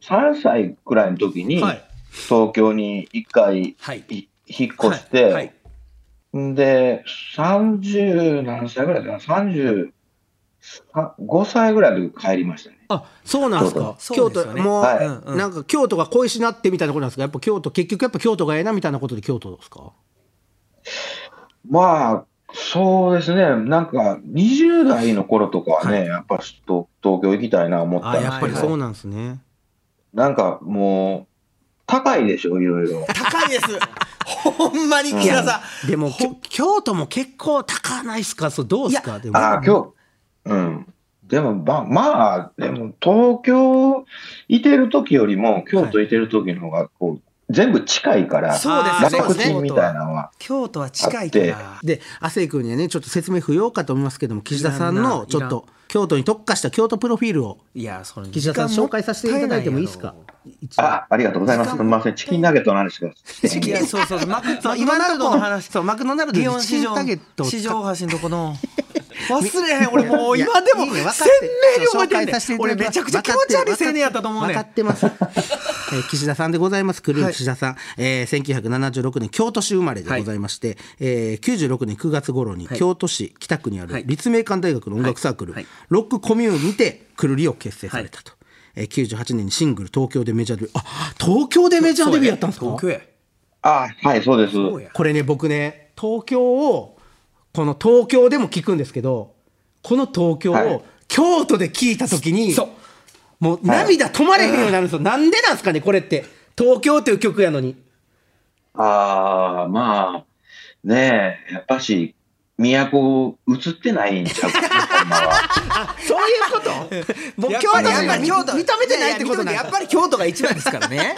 Speaker 6: 3歳くらいの時に、
Speaker 7: はい
Speaker 6: 東京に一回、
Speaker 7: はい
Speaker 6: い引っ越して、
Speaker 7: はいはい
Speaker 6: んで、30何歳ぐらいかな、35歳ぐらいで帰りましたね。
Speaker 3: あそうなんですか
Speaker 7: そう
Speaker 3: 京
Speaker 7: です
Speaker 3: 都
Speaker 7: よね
Speaker 3: もう、
Speaker 6: はい
Speaker 7: うんうん
Speaker 3: なんか京都が恋しなってみたいなことなんですかやっぱ京都結局やっぱ京都がええなみたいなことで京都ですか
Speaker 6: まあ、そうですね、なんか20代の頃とかはね、やっぱちょっと東京行きたいな思った
Speaker 3: あ
Speaker 6: んです
Speaker 3: やっぱ
Speaker 6: け
Speaker 3: り
Speaker 6: ど、
Speaker 3: そうなんですね
Speaker 6: なんかもう、高いでしょ、いろいろ。
Speaker 7: (laughs) 高いです。ほんまに岸田さん。
Speaker 3: でもきょ京都も結構高ないっすかそうどうっす
Speaker 7: い
Speaker 3: かでも
Speaker 6: ああ、今日、うん。でも、まあ、まあ、でも、東京いてる時よりも、京都いてる時の方が、こう、全部近いから、
Speaker 7: そうです
Speaker 6: 楽
Speaker 3: そうです
Speaker 6: ちん
Speaker 7: ね
Speaker 6: みたいなのは。
Speaker 7: 京都は近いから。
Speaker 3: で亜生君にはねちょっと説明不要かと思いますけども岸田さん
Speaker 7: いらん
Speaker 3: の
Speaker 7: な
Speaker 3: ちょっと京都に特化した京都プロフィールを
Speaker 7: いや、その
Speaker 3: 岸田さん紹介させていただいてもいいですか一応
Speaker 6: あ、ありがとうございます。すみません、チキンナゲットの話が。
Speaker 7: いやそうそう、マク
Speaker 3: そう (laughs)
Speaker 7: 今
Speaker 3: 今
Speaker 7: の
Speaker 3: のと
Speaker 7: とこ
Speaker 3: こ
Speaker 7: の
Speaker 3: の
Speaker 7: 話
Speaker 3: 話、そうマクドナルド
Speaker 7: 祇
Speaker 3: の
Speaker 7: 園市
Speaker 3: チキン
Speaker 7: 場
Speaker 3: タゲットを使っ
Speaker 7: 市場橋のとこの (laughs) 忘れへん俺もう
Speaker 3: いや
Speaker 7: 今でも
Speaker 3: いい
Speaker 7: 鮮明
Speaker 3: ね
Speaker 7: に
Speaker 3: 分かっ
Speaker 7: 覚えて
Speaker 3: 紹介
Speaker 7: んね
Speaker 3: させてい
Speaker 7: ん
Speaker 3: ただ
Speaker 7: 俺
Speaker 3: きます
Speaker 7: めちゃくちゃ気持ち悪い青年やったと思う
Speaker 3: 分
Speaker 7: ね
Speaker 3: か
Speaker 7: ん
Speaker 3: ってます。え
Speaker 7: (laughs)
Speaker 3: ー岸田さんでございます。クルー岸田さん、えー1976年京都市生まれでございまして、えー96年9月頃に京都市北区にあ
Speaker 7: は
Speaker 3: る
Speaker 7: い
Speaker 3: 立命館大学の音楽サークル、
Speaker 7: はいはい
Speaker 3: ロックコミューンにてクルリを結成されたと。えー98年にシングル東京でメジャーデビュー。あ、東京でメジャーデビューやったんですか。
Speaker 7: 東京や
Speaker 6: あ、はい、そうです。
Speaker 7: そうや
Speaker 3: これね僕ね東京をこの東京でも聞くんですけどこの東京
Speaker 6: はい
Speaker 3: を京都で聞いた時に、
Speaker 7: そう
Speaker 3: もう涙止まれへんようになるんですよ、なんでなんですかねこれって東京という曲やのに
Speaker 6: ああ、まあ、ねえ、やっぱし、都映ってないんちゃうかな、ほんまは。
Speaker 7: (laughs)
Speaker 3: そういうこと (laughs) もう京都
Speaker 7: や
Speaker 3: な
Speaker 7: っ
Speaker 3: ん
Speaker 7: ぱ
Speaker 3: か
Speaker 7: り
Speaker 3: 認
Speaker 7: 京都
Speaker 3: 認めてないってこと
Speaker 7: いや
Speaker 3: ないんだ
Speaker 7: ややっぱり京都が一番ですか
Speaker 3: (laughs)
Speaker 7: らね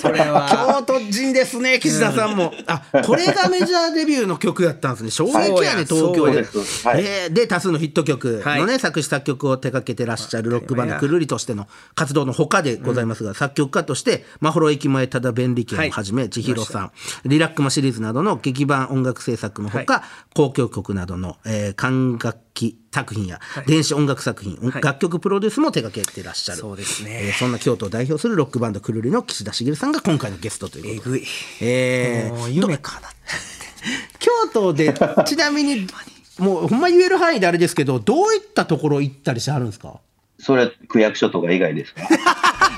Speaker 7: それは
Speaker 3: 京都人ですね岸田さんもあこれがメジャーデビューの曲やったんですね衝撃やね
Speaker 7: そうや
Speaker 3: 東京
Speaker 6: そう
Speaker 3: で
Speaker 6: ですはい
Speaker 3: えーで多数のヒット曲のね、
Speaker 7: は
Speaker 3: 作詞作曲を手掛けてらっしゃるロックバンドくるりとしての活動のほかでございますが、作曲家として「まほろ駅前ただ便利券」をはじめ千尋さん「リラックマ」シリーズなどの劇版音楽制作のほか、交響曲などの、えー管楽器作品や電子音楽作品、楽曲プロデュースも手掛けてらっしゃる
Speaker 7: そうですね
Speaker 3: えーそんな京都を代表するロックバンドくるりの岸田茂さんが今回のゲストという
Speaker 7: え
Speaker 3: こと
Speaker 7: ぐい
Speaker 3: で、えー
Speaker 7: もう夢かな
Speaker 3: 京都 (laughs) でちなみにもうほんま言える範囲であれですけどどういったところ行ったりしてはるんですか
Speaker 6: それ、区役所とか以外ですか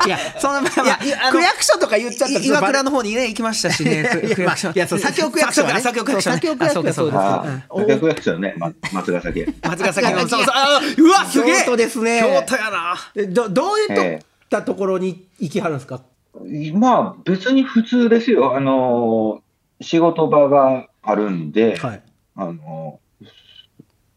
Speaker 3: いや、そのまあま
Speaker 7: い
Speaker 3: あ
Speaker 7: やいやあの
Speaker 3: 区役所とか言っちゃったら
Speaker 7: い岩倉
Speaker 3: の。
Speaker 7: の方にね行きましたしね
Speaker 3: いや
Speaker 7: 区役所
Speaker 3: いやそう左京区役所はね
Speaker 7: 左京区役所ね
Speaker 3: そう左京区役所はそうです
Speaker 7: あ
Speaker 6: ああ、大学役所ね、ま松
Speaker 7: (laughs)
Speaker 6: ヶ崎。
Speaker 7: そうかそうか松ヶ崎のそうそうあーうわすげえ
Speaker 3: 京都ですね
Speaker 7: 京都やな
Speaker 3: えどどういうと、
Speaker 6: ええ
Speaker 3: ったところに行きはるんですか。
Speaker 6: まあ、別に普通ですよ。あのー、仕事場があるんで、
Speaker 3: はい。
Speaker 6: あの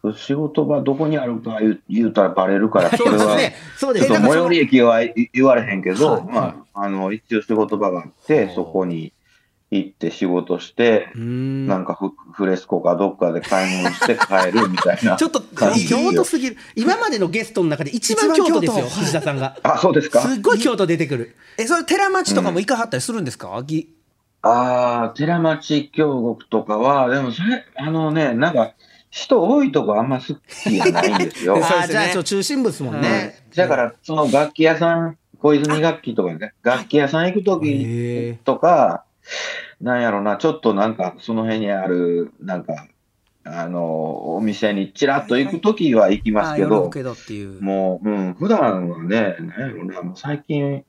Speaker 6: ー、仕事場どこにあるか言う言うたらバレるから、それは、
Speaker 3: そうです
Speaker 6: ちょっと最寄り駅はい言われへんけ
Speaker 3: はい
Speaker 6: ど、まあ、あの、一応仕事場があって、そこに行って仕事して、
Speaker 3: うん
Speaker 6: なんかフフレスコかどっかで買い物して帰るみたい
Speaker 3: (laughs)
Speaker 6: な
Speaker 3: ちょっと
Speaker 6: 感じですよ
Speaker 3: 京都すぎる。今までのゲストの中で一番
Speaker 7: 一番
Speaker 3: 京都ですよ、
Speaker 7: 京都
Speaker 3: 藤田さんが。
Speaker 6: あ、そうですか。
Speaker 3: すっごい京都出てくる。
Speaker 7: えそれ寺町とかも行かはったりするんですか、ぎ
Speaker 6: ああ、寺町京極とかは、でもそれ、あのね、なんか、人多いとこあんま好きじゃないんで
Speaker 3: (laughs)
Speaker 6: すよ。
Speaker 3: あ
Speaker 7: そう
Speaker 3: ー
Speaker 7: ですね
Speaker 3: じゃあちょ中心部ですもんね。
Speaker 6: うんだから、その楽器屋さん、小泉楽器とかね、楽器屋さん行くと
Speaker 3: へえ
Speaker 6: きとか、なんやろな、ちょっとなんか、その辺にある、なんか、あの、お店にちらっと行くときは行きます
Speaker 7: あ
Speaker 6: け
Speaker 7: 寄る
Speaker 6: ど、
Speaker 7: けどっていう
Speaker 6: もう、うん、普段はね、なんやろな、もう最近、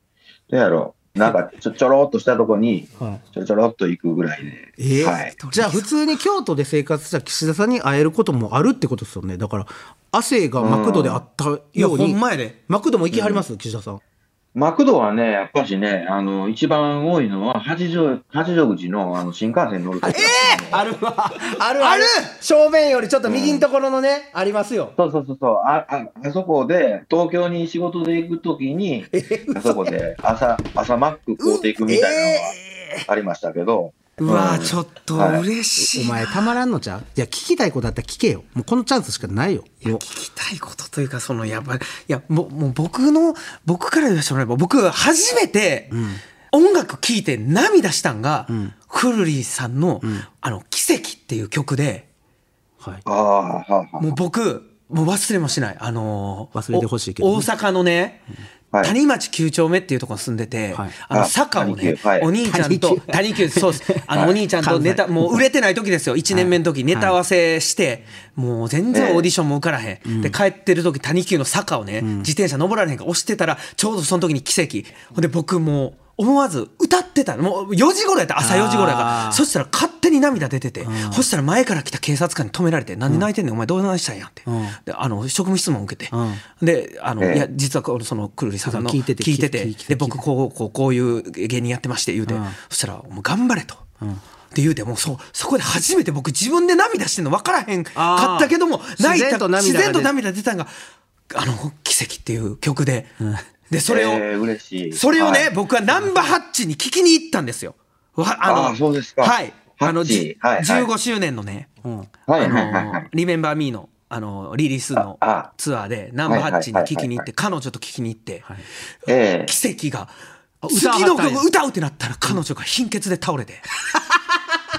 Speaker 6: どうやろう、なんかちょ、ちょろっとしたとこに、
Speaker 3: は
Speaker 6: ちょろちょろっと行くぐらいで、
Speaker 3: い。ええ
Speaker 6: はい。
Speaker 3: じゃあ普通に京都で生活した岸田さんに会えることもあるってことですよね。だから汗がマクドであった
Speaker 7: いや
Speaker 3: よう
Speaker 7: ほ
Speaker 3: に。
Speaker 7: んまやで
Speaker 3: マクドも行きはります、岸田さん。
Speaker 6: マクドはね、やっぱしね、あの、一番多いのは、八丈、八丈口のあの新幹線乗るとき。え
Speaker 3: あるわ。あるある正面よりちょっと右のところのね、ありますよ。
Speaker 6: そうそうそうそうああ、あそこで、東京に仕事で行くときに、あそこで朝、朝マック買うていくみたいなのはありましたけど、
Speaker 7: うわーちょっと
Speaker 6: はい
Speaker 7: 嬉しい、
Speaker 3: お前たまらんのちゃういや、聞きたいことあったら聞けよ。もうこのチャンスしかないよ。もう
Speaker 7: 聞きたいことというかそのやっぱりいやもうもう僕の僕から言わせてもらえば僕初めて音楽聴いて涙したんが、くるりさんの「あの奇跡」っていう曲で
Speaker 3: はい。
Speaker 6: ああ、はあ、はあ。
Speaker 7: もう僕もう忘れもしないあのー
Speaker 3: 忘れてほしいけどね
Speaker 7: お大阪のね、
Speaker 6: はい
Speaker 7: 谷町9丁目っていうところに住んでて、
Speaker 3: はい
Speaker 7: あの
Speaker 6: あ
Speaker 7: 坂をね
Speaker 6: 谷、九はい
Speaker 7: お兄ちゃんと谷九そうですあの、お兄ちゃんとネタもう売れてない時ですよ1年目の時、ネタ合わせしてもう全
Speaker 6: ええ
Speaker 7: 然オーディションも受からへん、で帰ってる時谷九の坂をね、自転車登られへんから押してたらちょうどその時に奇跡ほんで僕もう思わず歌ってたのもう4時頃やった朝4時頃やか
Speaker 3: あー
Speaker 7: らそしたら勝手に涙出てて、そしたら前から来た警察官に止められて、なんで泣いてんねん、お前どう泣いしたんやって、であの職務質問を受けて、であの、
Speaker 6: ええ
Speaker 7: いや、実はこのそのくるりさんの
Speaker 3: 聞いてて
Speaker 7: 聞いてて
Speaker 3: 聞いてて
Speaker 7: で僕こうこう、こういう芸人やってまして言うて、そしたら、もう頑張れと。って言うてもうそうそこで初めて僕自分で涙してんの分からへんかったけども泣
Speaker 3: 自
Speaker 7: いた
Speaker 3: 然と涙が出
Speaker 7: 自然と涙出たんが「あの奇跡」っていう曲で、でそれを、
Speaker 6: えー嬉しい。
Speaker 7: それをね、
Speaker 6: はい
Speaker 7: 僕はナンバーハッチに聞きに行ったんですよ。わあの
Speaker 6: あーそうですか
Speaker 7: はい。あの、
Speaker 6: ハッチ
Speaker 7: じ
Speaker 6: はいはい
Speaker 7: 15周年のね、
Speaker 6: はい、
Speaker 7: あ
Speaker 6: はい、はいは
Speaker 7: の
Speaker 6: い、。
Speaker 7: リメンバーミーの、あの、リリースの
Speaker 6: ああ
Speaker 7: ツアーで、ナンバーハッチに聞きに行って、彼女と聞きに行って、
Speaker 6: ええ
Speaker 7: 奇跡が、
Speaker 3: 歌
Speaker 7: 次の
Speaker 3: はったんや
Speaker 7: 曲歌うってなったら彼女が貧血で倒れて、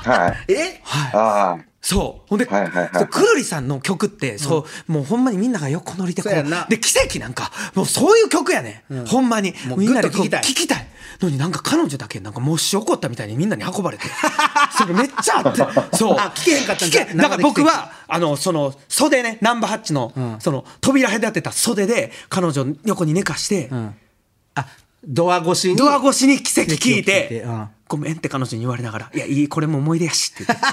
Speaker 6: はい。
Speaker 7: えはい。
Speaker 6: あ
Speaker 7: そう。ほんで、
Speaker 6: はいはいはい
Speaker 7: そうくるりさんの曲って、そう、もうほんまにみんなが横乗りでこ
Speaker 3: そうや
Speaker 7: う
Speaker 3: な。
Speaker 7: で、奇跡なんか、もうそういう曲やね、ん。ほんまに。
Speaker 3: もう
Speaker 7: みんなで
Speaker 3: ぐっと聞きたい
Speaker 7: こう聞きたい。のになんか彼女だけなんかもし怒ったみたいにみんなに運
Speaker 3: (laughs)
Speaker 7: ばれて。それめっちゃあって。そう。
Speaker 3: あ聞けへんかったん
Speaker 7: 聞
Speaker 3: だ
Speaker 7: けだから僕は、あの、その、袖ね、ナンバーハッチの、その、扉隔てた袖で、彼女を横に寝かして、
Speaker 3: あ、ドア越しに。
Speaker 7: ドア越しに奇跡聞いて
Speaker 3: 奇跡を聞いてうん
Speaker 7: ごめんって彼女に言われながら、いや、いい、これも思い出やしって言って。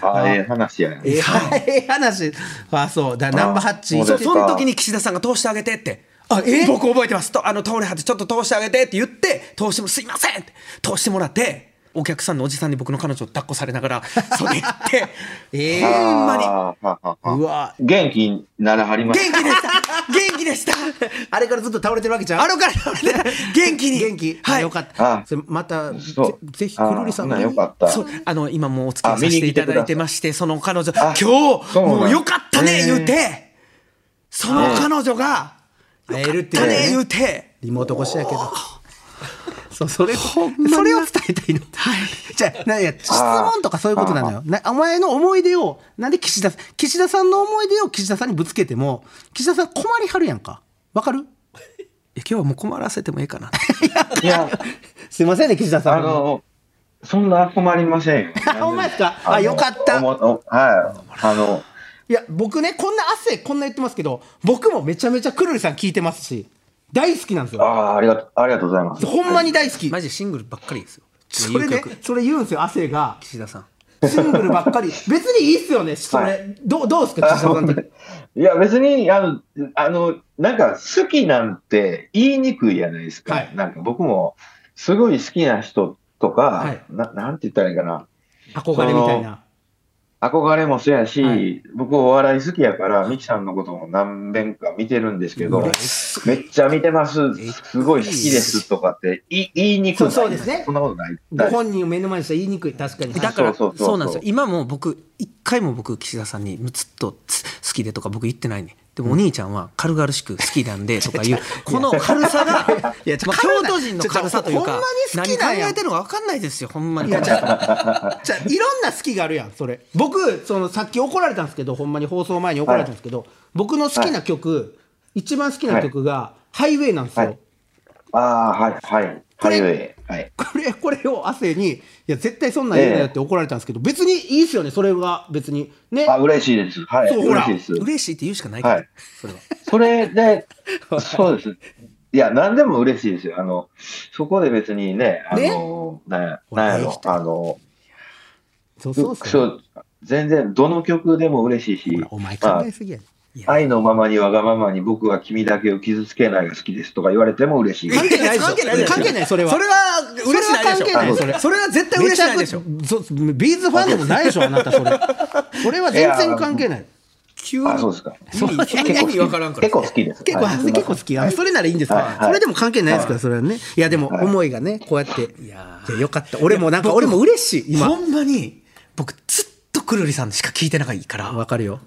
Speaker 6: あ、ああ、ええ話やね。
Speaker 3: ええ (laughs) ええ話。あ、そう。だからナンバーハッチ
Speaker 6: あ
Speaker 7: そ
Speaker 6: そう
Speaker 7: う
Speaker 6: です
Speaker 7: そ
Speaker 6: か
Speaker 7: の時に岸田さんが通してあげてって。あ
Speaker 3: え
Speaker 7: 僕覚えてますとあの倒れはってちょっと通してあげてって言って通してもすいませんって通してもらってお客さんのおじさんに僕の彼女を抱っこされな
Speaker 3: (laughs)
Speaker 7: がら袖行って、
Speaker 3: ええ
Speaker 7: ほんまに
Speaker 6: あーはあはあはあ
Speaker 3: うわ。
Speaker 6: 元気にならはりまし
Speaker 7: 元気でした元気でした
Speaker 3: あれからずっと倒れてるわけじゃん。
Speaker 7: あのから倒れて元気
Speaker 3: (laughs)
Speaker 7: に
Speaker 3: 元気。
Speaker 7: は
Speaker 3: あ
Speaker 7: い
Speaker 3: よかった。
Speaker 6: あ
Speaker 3: それまた、
Speaker 6: た。
Speaker 3: ぜ
Speaker 6: そう。
Speaker 3: ぜひ、くるりさん
Speaker 6: あーほなよかっ
Speaker 7: そう
Speaker 6: た。
Speaker 7: あの今もうお付き合いさせていただいてましてその彼女今
Speaker 6: あ
Speaker 7: 日
Speaker 6: そうなん
Speaker 7: もうよかったね
Speaker 6: へー
Speaker 7: 言うてその彼女が
Speaker 3: 会えるって
Speaker 7: だね
Speaker 3: い
Speaker 7: 言
Speaker 3: うね。
Speaker 7: うて
Speaker 3: リモート越しやけど。そう、それ、そ
Speaker 7: ま
Speaker 3: れを伝えたいの。じゃあ、なんや、質問とかそういうことなのよ。なお前の思い出を、なんで岸田さん、岸田さんの思い出を岸田さんにぶつけても、岸田さん困りはるやんか。わかる
Speaker 7: いや今日はもう困らせてもいいかなって
Speaker 6: いや、
Speaker 3: すいませんね、岸田さん。
Speaker 6: あの、そんな困りませんよ。
Speaker 3: (laughs) ほんまですか
Speaker 6: の
Speaker 3: あよかった
Speaker 6: おもおはい。あの、
Speaker 3: いや、僕ね、こんな汗、こんな言ってますけど、僕もめちゃめちゃくるりさん聞いてますし、大好きなんです
Speaker 6: あ
Speaker 3: よ。
Speaker 6: あ、ありがとう、ありがとうございます。
Speaker 3: ほんまに大好き。
Speaker 2: マジでシングルばっかりですよ
Speaker 3: それで
Speaker 2: 有、曲
Speaker 3: それ言うんですよ、亜生が。
Speaker 2: 岸田さん
Speaker 3: シングルばっか
Speaker 2: (laughs)
Speaker 3: り。別にいいっすよね、それ。
Speaker 6: は
Speaker 3: どうどうですか、岸田さん的に
Speaker 6: いや、別に、あの、あの、なんか好きなんて言いにくいじゃないですか。
Speaker 3: はい
Speaker 6: なんか僕も、すごい好きな人とか、
Speaker 3: はい
Speaker 6: ななんて言ったらいいかな。
Speaker 3: 憧れみたいな。
Speaker 6: 憧れもそうやし、
Speaker 3: はい
Speaker 6: 僕お笑い好きやから、ミキさんのことも何遍か見てるんですけど、めっちゃ見てます、すごい好きですとかって言い言いにくい
Speaker 3: そうそうですね
Speaker 6: そんなことない。
Speaker 3: ご本人を目の前にしたら言い (laughs) にくい、確かに。
Speaker 2: だからそう
Speaker 6: そそう
Speaker 2: う
Speaker 6: そうそう
Speaker 2: なんですよ今も僕一回も僕岸田さんにずっとつ好きでとか僕言ってないねでもお兄ちゃんは軽々しく好きなん
Speaker 3: (laughs)
Speaker 2: でとかいうこの軽さがまあ
Speaker 3: いや
Speaker 2: 京
Speaker 3: ちょ軽な
Speaker 2: 都人の軽さという
Speaker 3: ち
Speaker 2: か
Speaker 3: ょちょほんま
Speaker 2: 何
Speaker 3: に好き
Speaker 2: 考
Speaker 3: なんや
Speaker 2: えてるのか分かんないですよほんまに
Speaker 3: いやじゃあじゃあいろんな好きがあるやんそれ僕そのさっき怒られたんですけどほんまに放送前に怒られたんですけど、僕の好きな曲、一番好きな曲が、ハイウェイなんですよ、
Speaker 6: はいああ、はい、はい。
Speaker 3: こ
Speaker 6: ハ
Speaker 3: れ
Speaker 6: イウェイ。はい。
Speaker 3: これこれを亜生にいや絶対そんなん言うなよって怒られたんですけど、別にいいっすよねそれは別にね
Speaker 6: あ、嬉しいです。はい。
Speaker 3: そうほ
Speaker 6: 嬉
Speaker 3: ら
Speaker 6: しいです。
Speaker 2: 嬉しいって言うしかないから、
Speaker 6: はい。
Speaker 2: それは
Speaker 6: それで、
Speaker 3: (laughs)
Speaker 6: そうです。いや、何でも嬉しいですよ。あの、そこで別にね、あの、ななんやろ、あの、
Speaker 3: そうそうっす
Speaker 6: そ
Speaker 3: よね
Speaker 6: う全然、どの曲でも嬉しいし、
Speaker 3: お前
Speaker 6: ま
Speaker 3: 考
Speaker 6: あ
Speaker 3: えすぎやね
Speaker 6: 愛のままにわがままに僕は君だけを傷つけないが好きですとか言われても嬉しい。
Speaker 3: 関係ないでしょ
Speaker 2: 関係ないでしょ
Speaker 3: 関係ないそれは
Speaker 2: それは嬉しないでし
Speaker 3: そ
Speaker 2: ょ
Speaker 3: れは関係ないそれ
Speaker 2: それは絶対嬉しないでしょ
Speaker 3: めちゃくちゃそうビーズファンでもないでしょあなた
Speaker 6: (laughs)
Speaker 3: それそれは全然関係ない
Speaker 2: 急
Speaker 6: あ、
Speaker 2: に
Speaker 6: そうですか。
Speaker 2: 急に意味分からんから
Speaker 6: 結構好きです。
Speaker 3: 結構、
Speaker 6: はい
Speaker 3: 結構好き。あのそれならいいんですか、
Speaker 6: はいはい
Speaker 3: それでも関係ないですから、それはね。いや、でも、思いがね、こうやって。いやよかった。俺もなんか、俺も嬉しい、今。
Speaker 2: ほんまに僕ずっとくるりさんしか聞いてないから
Speaker 3: わかるよ。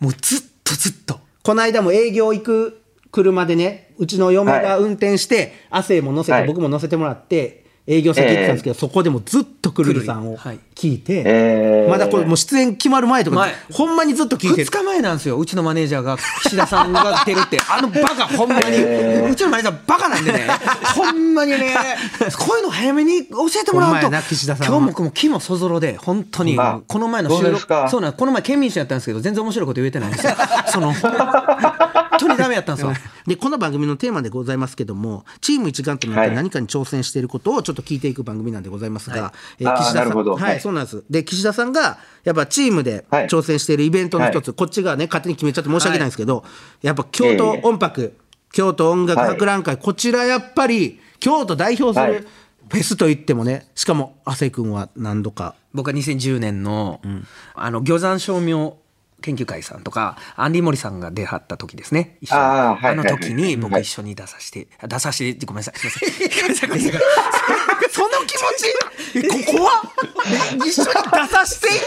Speaker 2: もうずっとずっと
Speaker 3: この間も営業行く車でね、うちの嫁が運転して、汗も乗せて、
Speaker 6: はい
Speaker 3: 僕も乗せてもらって、営業先行ってたんですけど、そこでもずっとくるりさんを
Speaker 2: くるりはい
Speaker 3: 聞いて、
Speaker 6: えー
Speaker 3: まだこれもう出演決まる前とか
Speaker 2: 前、
Speaker 3: ほんまにずっと聞いて
Speaker 2: 2
Speaker 3: る。
Speaker 2: 日前なんですようちのマネージャーが岸田さんが出る
Speaker 3: (laughs)
Speaker 2: ってあのバカほんまにうちのマネージャーバカなんでねほんま
Speaker 3: (laughs)
Speaker 2: にねこういうの早めに教えてもらう
Speaker 3: ほ
Speaker 2: と
Speaker 3: んまやな岸田さんは
Speaker 2: 今日も僕も気もそぞろで本当に
Speaker 6: あ
Speaker 2: この前の
Speaker 6: どう
Speaker 2: 収
Speaker 6: ですか
Speaker 2: 録そうなんこの前県民賞やったんですけど全然面白いこと言えてないんですよその本当にダメやったんですよ
Speaker 3: (laughs) でこの番組のテーマでございますけどもチーム一丸となっ
Speaker 6: は
Speaker 3: て
Speaker 6: い
Speaker 3: 何かに挑戦していることをちょっと聞いていく番組なんでございますが、え
Speaker 6: あー
Speaker 3: 岸田さ
Speaker 6: なる
Speaker 3: ん
Speaker 6: ほど
Speaker 3: は
Speaker 6: はい
Speaker 3: い、そうなんですで岸田さんがやっぱチームで
Speaker 6: はい
Speaker 3: 挑戦しているイベントの一つ、こっちがね勝手に決めちゃって申し訳ないんですけど、やっぱ京都
Speaker 6: ええ
Speaker 3: 音楽、京都音楽博覧会、こちらやっぱり京都代表す
Speaker 6: はい
Speaker 3: るフェスといってもねしかも亜生君は何度か
Speaker 2: 僕は2010年の,、あの魚山照明研究会さんとかアンディ・モリさんが出はった時ですね一緒に
Speaker 6: あーはい
Speaker 2: あの時
Speaker 6: はい
Speaker 2: に
Speaker 6: はい
Speaker 2: 僕一緒に出させて、出させてごめんなさいすいませんごめんなさいその気持ちここは一緒に出させてい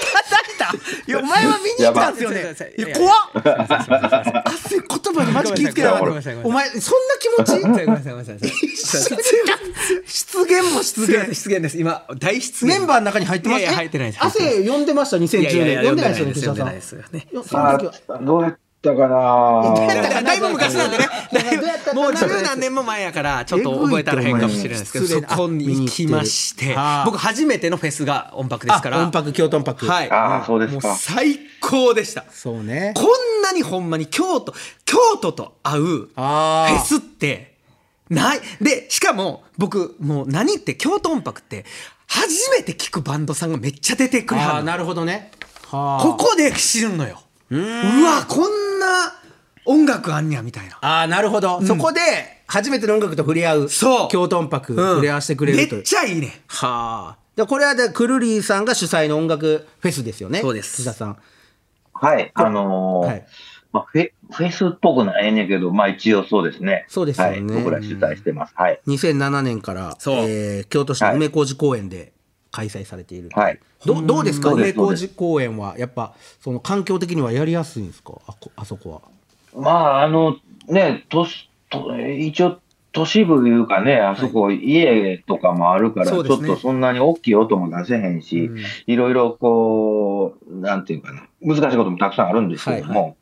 Speaker 2: ただいたいやお前は見に
Speaker 6: 行ったん
Speaker 2: ですよねいや
Speaker 3: 怖
Speaker 2: 怖
Speaker 3: っ
Speaker 2: っ
Speaker 3: 汗言葉にマジ気ぃつけなか
Speaker 6: ごめん
Speaker 2: な
Speaker 3: っ
Speaker 2: さい
Speaker 3: たお
Speaker 2: ごめん
Speaker 3: 前そんな気持ち
Speaker 2: ごめんなさいごめんなさいごめんなさい
Speaker 3: 失言も失
Speaker 2: 失
Speaker 3: 言
Speaker 2: 言失言です今大失
Speaker 3: メ
Speaker 2: 言
Speaker 3: ンバーの中に入ってます
Speaker 2: いやいや入ってないです
Speaker 3: 汗読んでました、2010
Speaker 2: いやい
Speaker 3: 年。
Speaker 2: や
Speaker 3: 読んでないですよね、岸
Speaker 2: 読んで
Speaker 3: 田さん。
Speaker 2: ないです読んでないですよね
Speaker 3: その時は
Speaker 6: あどうやったかな
Speaker 2: だいぶ昔 (laughs) なんでね、だいぶもう十何年も前やから、ちょっと覚えたら変かもしれないですけど、そこに行きまして、僕初めてのフェスが音拍ですから、
Speaker 3: あ音拍、京都音拍。
Speaker 2: はい、
Speaker 6: ああ、そうです
Speaker 2: もう
Speaker 6: か。
Speaker 2: 最高でした。
Speaker 3: そうね。
Speaker 2: こんなにほんまに京都、京都と合うフ
Speaker 3: あー
Speaker 2: ェスってない。で、しかも僕、もう何って京都音楽って、初めて聞くバンドさんがめっちゃ出てくれはん
Speaker 3: あ
Speaker 2: の
Speaker 3: あ、なるほどね。は
Speaker 2: ここで知るのよ。うわ、こんな音楽あんにゃみたいな。
Speaker 3: ああ、なるほど。そこで、初めての音楽と触れ合う。
Speaker 2: そう
Speaker 3: 京都音拍、触れ合わせてくれるとい
Speaker 2: め
Speaker 3: う
Speaker 2: っ。ちゃいいね
Speaker 3: はあ。でこれはで、くるりさんが主催の音楽フェスですよね。
Speaker 2: そうです
Speaker 3: 岸田さん。
Speaker 6: はい、あのー
Speaker 3: はい
Speaker 6: まあ、フェフェスっぽくないねんけど、まあ一応そうですね。
Speaker 3: そうですよね
Speaker 6: はい、僕ら主催してます。はい。
Speaker 3: 2007年から、
Speaker 2: そう
Speaker 3: えー京都市の梅小路公園で開催されている。
Speaker 6: はい。
Speaker 3: どどうですか
Speaker 6: そうで
Speaker 3: 梅
Speaker 6: すそう
Speaker 3: 小
Speaker 6: です
Speaker 3: 路公園はやっぱその環境的にはやりやすいんですかあこあそこは
Speaker 6: まあ、あの、ね、都市、都一応、都市部いうかね、あそこ家とかもあるから、ち
Speaker 2: そ
Speaker 6: ょ
Speaker 2: うです
Speaker 6: っ
Speaker 2: ね
Speaker 6: とそんなに大きい音も出せへんし、いろいろこう、なんていうかな、難しいこともたくさんあるんですけども、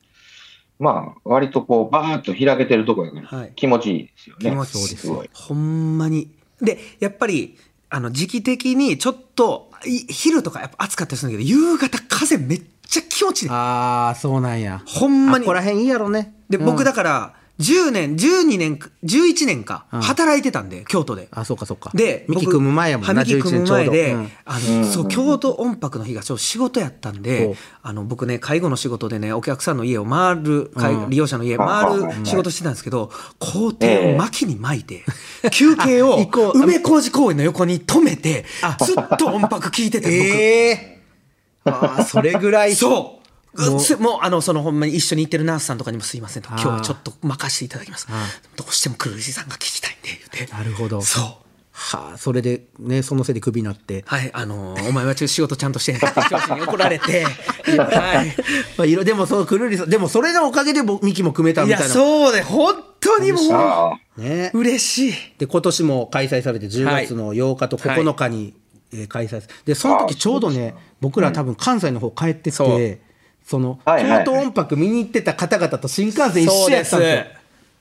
Speaker 6: まあ、割とこう、バーッと開けてるとこやから、
Speaker 2: はい
Speaker 6: 気持ちいいですよね。
Speaker 2: 気持ちいいです
Speaker 6: すごい。
Speaker 2: ほんまにでやっぱりあの時期的にちょっとい昼とかやっぱ暑かったりするんだけど夕方風めっちゃ気持ちいいね
Speaker 3: ああそうなんや
Speaker 2: ほんま
Speaker 3: あ
Speaker 2: に
Speaker 3: ここら辺いいやろね
Speaker 2: で、
Speaker 3: うん
Speaker 2: 僕だから10年、12年、11年か、
Speaker 3: うん
Speaker 2: 働いてたんで、京都で。
Speaker 3: あそうかそうか
Speaker 2: で、
Speaker 3: ミキ
Speaker 2: 僕
Speaker 3: 組む前やもんな
Speaker 2: はミキ
Speaker 3: 11
Speaker 2: 組む
Speaker 3: ちょう
Speaker 2: 前
Speaker 3: ど
Speaker 2: で、
Speaker 3: うん
Speaker 2: あの、そう、京都音楽の日がちょっと仕事やったん
Speaker 3: ほ
Speaker 2: で
Speaker 3: う、
Speaker 2: あの、僕ね、介護の仕事でね、お客さんの家を回る、介
Speaker 3: うん
Speaker 2: 利用者の家回る仕事してたんですけど、校庭を巻きに巻いて、休憩
Speaker 3: (laughs)
Speaker 2: を
Speaker 3: 行こう
Speaker 2: 梅小路公園の横に止めて、ずっと音楽聴いてて、僕。
Speaker 3: ええああそれぐらい
Speaker 2: そう
Speaker 3: もう
Speaker 2: うつもうあのそのほんまに一緒に行ってるナースさんとかにもすいませんと
Speaker 3: あー
Speaker 2: 今日はちょっと任せていただきます
Speaker 3: あ
Speaker 2: どうしてもクルージーさんが聞きたいんで言うて
Speaker 3: なるほど
Speaker 2: そう
Speaker 3: はあそれでねそのせいでクビにな
Speaker 2: (laughs)
Speaker 3: って
Speaker 2: はいあのーお前はちょ仕事ちゃんとしてないって上司に怒られてはい
Speaker 3: まあ、いろでもそうくるりさんでもそれのおかげで僕ミキも組めた
Speaker 2: い
Speaker 3: みたい
Speaker 2: や
Speaker 3: な
Speaker 2: そうで本当にも
Speaker 6: ああ。
Speaker 3: うね
Speaker 2: う嬉しい
Speaker 3: で今年も開催されて10月の8日と9日に、えー開催すでその時ちょうどね僕ら多分関西の方帰ってて、
Speaker 2: そう
Speaker 3: その
Speaker 6: はいはいはい
Speaker 3: 京都音楽見に行ってた方々と新幹線一緒やったんですよ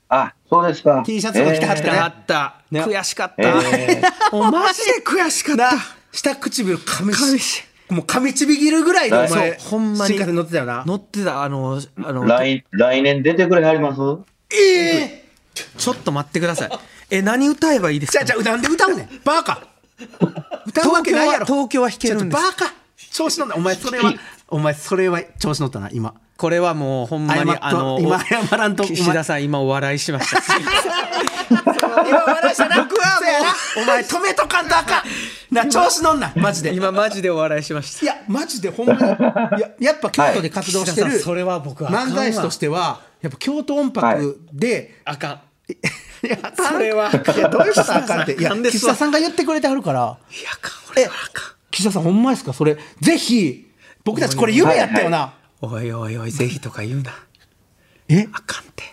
Speaker 6: あ、そうですか。
Speaker 3: T シャツも着てはっ
Speaker 6: え
Speaker 3: た
Speaker 6: ー
Speaker 2: 来たかった
Speaker 3: ね
Speaker 2: 悔しかった
Speaker 6: え
Speaker 2: (laughs) おマジで悔しかった
Speaker 3: 下唇噛み
Speaker 2: 噛み
Speaker 3: しもう噛みちびぎるぐらいのお前
Speaker 2: そうほんま
Speaker 3: 新
Speaker 2: に
Speaker 3: 幹線乗ってたよな
Speaker 2: 乗ってたあのーあのー
Speaker 6: 来来年出てくれはります
Speaker 2: ええちょっと待ってください。え、何歌えばいいです
Speaker 3: じゃ
Speaker 2: か
Speaker 3: あじゃあなんで歌うねんバカ歌うわけないやろ
Speaker 2: 東京は東京は弾けるんです
Speaker 3: ちょっとバカ調子乗ったお前それはお前それは調子乗ったな今
Speaker 2: これはもうほんま
Speaker 3: 謝っ
Speaker 2: に、
Speaker 3: と
Speaker 2: あの、
Speaker 3: 今謝らんとお前
Speaker 2: 岸田さん今お笑いしました。すいません
Speaker 3: 今笑したな僕はもうお前止めとかんとあかんな調子乗んなマジで
Speaker 2: 今マジでお笑いしました。
Speaker 3: いやマジでほんまにいややっぱ京都で活動してる、
Speaker 2: はい岸田さんそれは僕はあか
Speaker 3: 漫
Speaker 2: んわ
Speaker 3: 才師としてはやっぱ京都音楽で、
Speaker 2: あかん。
Speaker 3: い、や
Speaker 2: それはい
Speaker 3: やどうしたらあかんっていや
Speaker 2: なんですわ
Speaker 3: 岸田さんが言ってくれてはるから
Speaker 2: いや、あかん。俺はあかん。
Speaker 3: 岸田さんほんまですかそれぜひ僕たちこれ夢やったよな、
Speaker 2: おいおいおい、ぜひとか言うな。
Speaker 3: え
Speaker 2: あかんて。
Speaker 3: い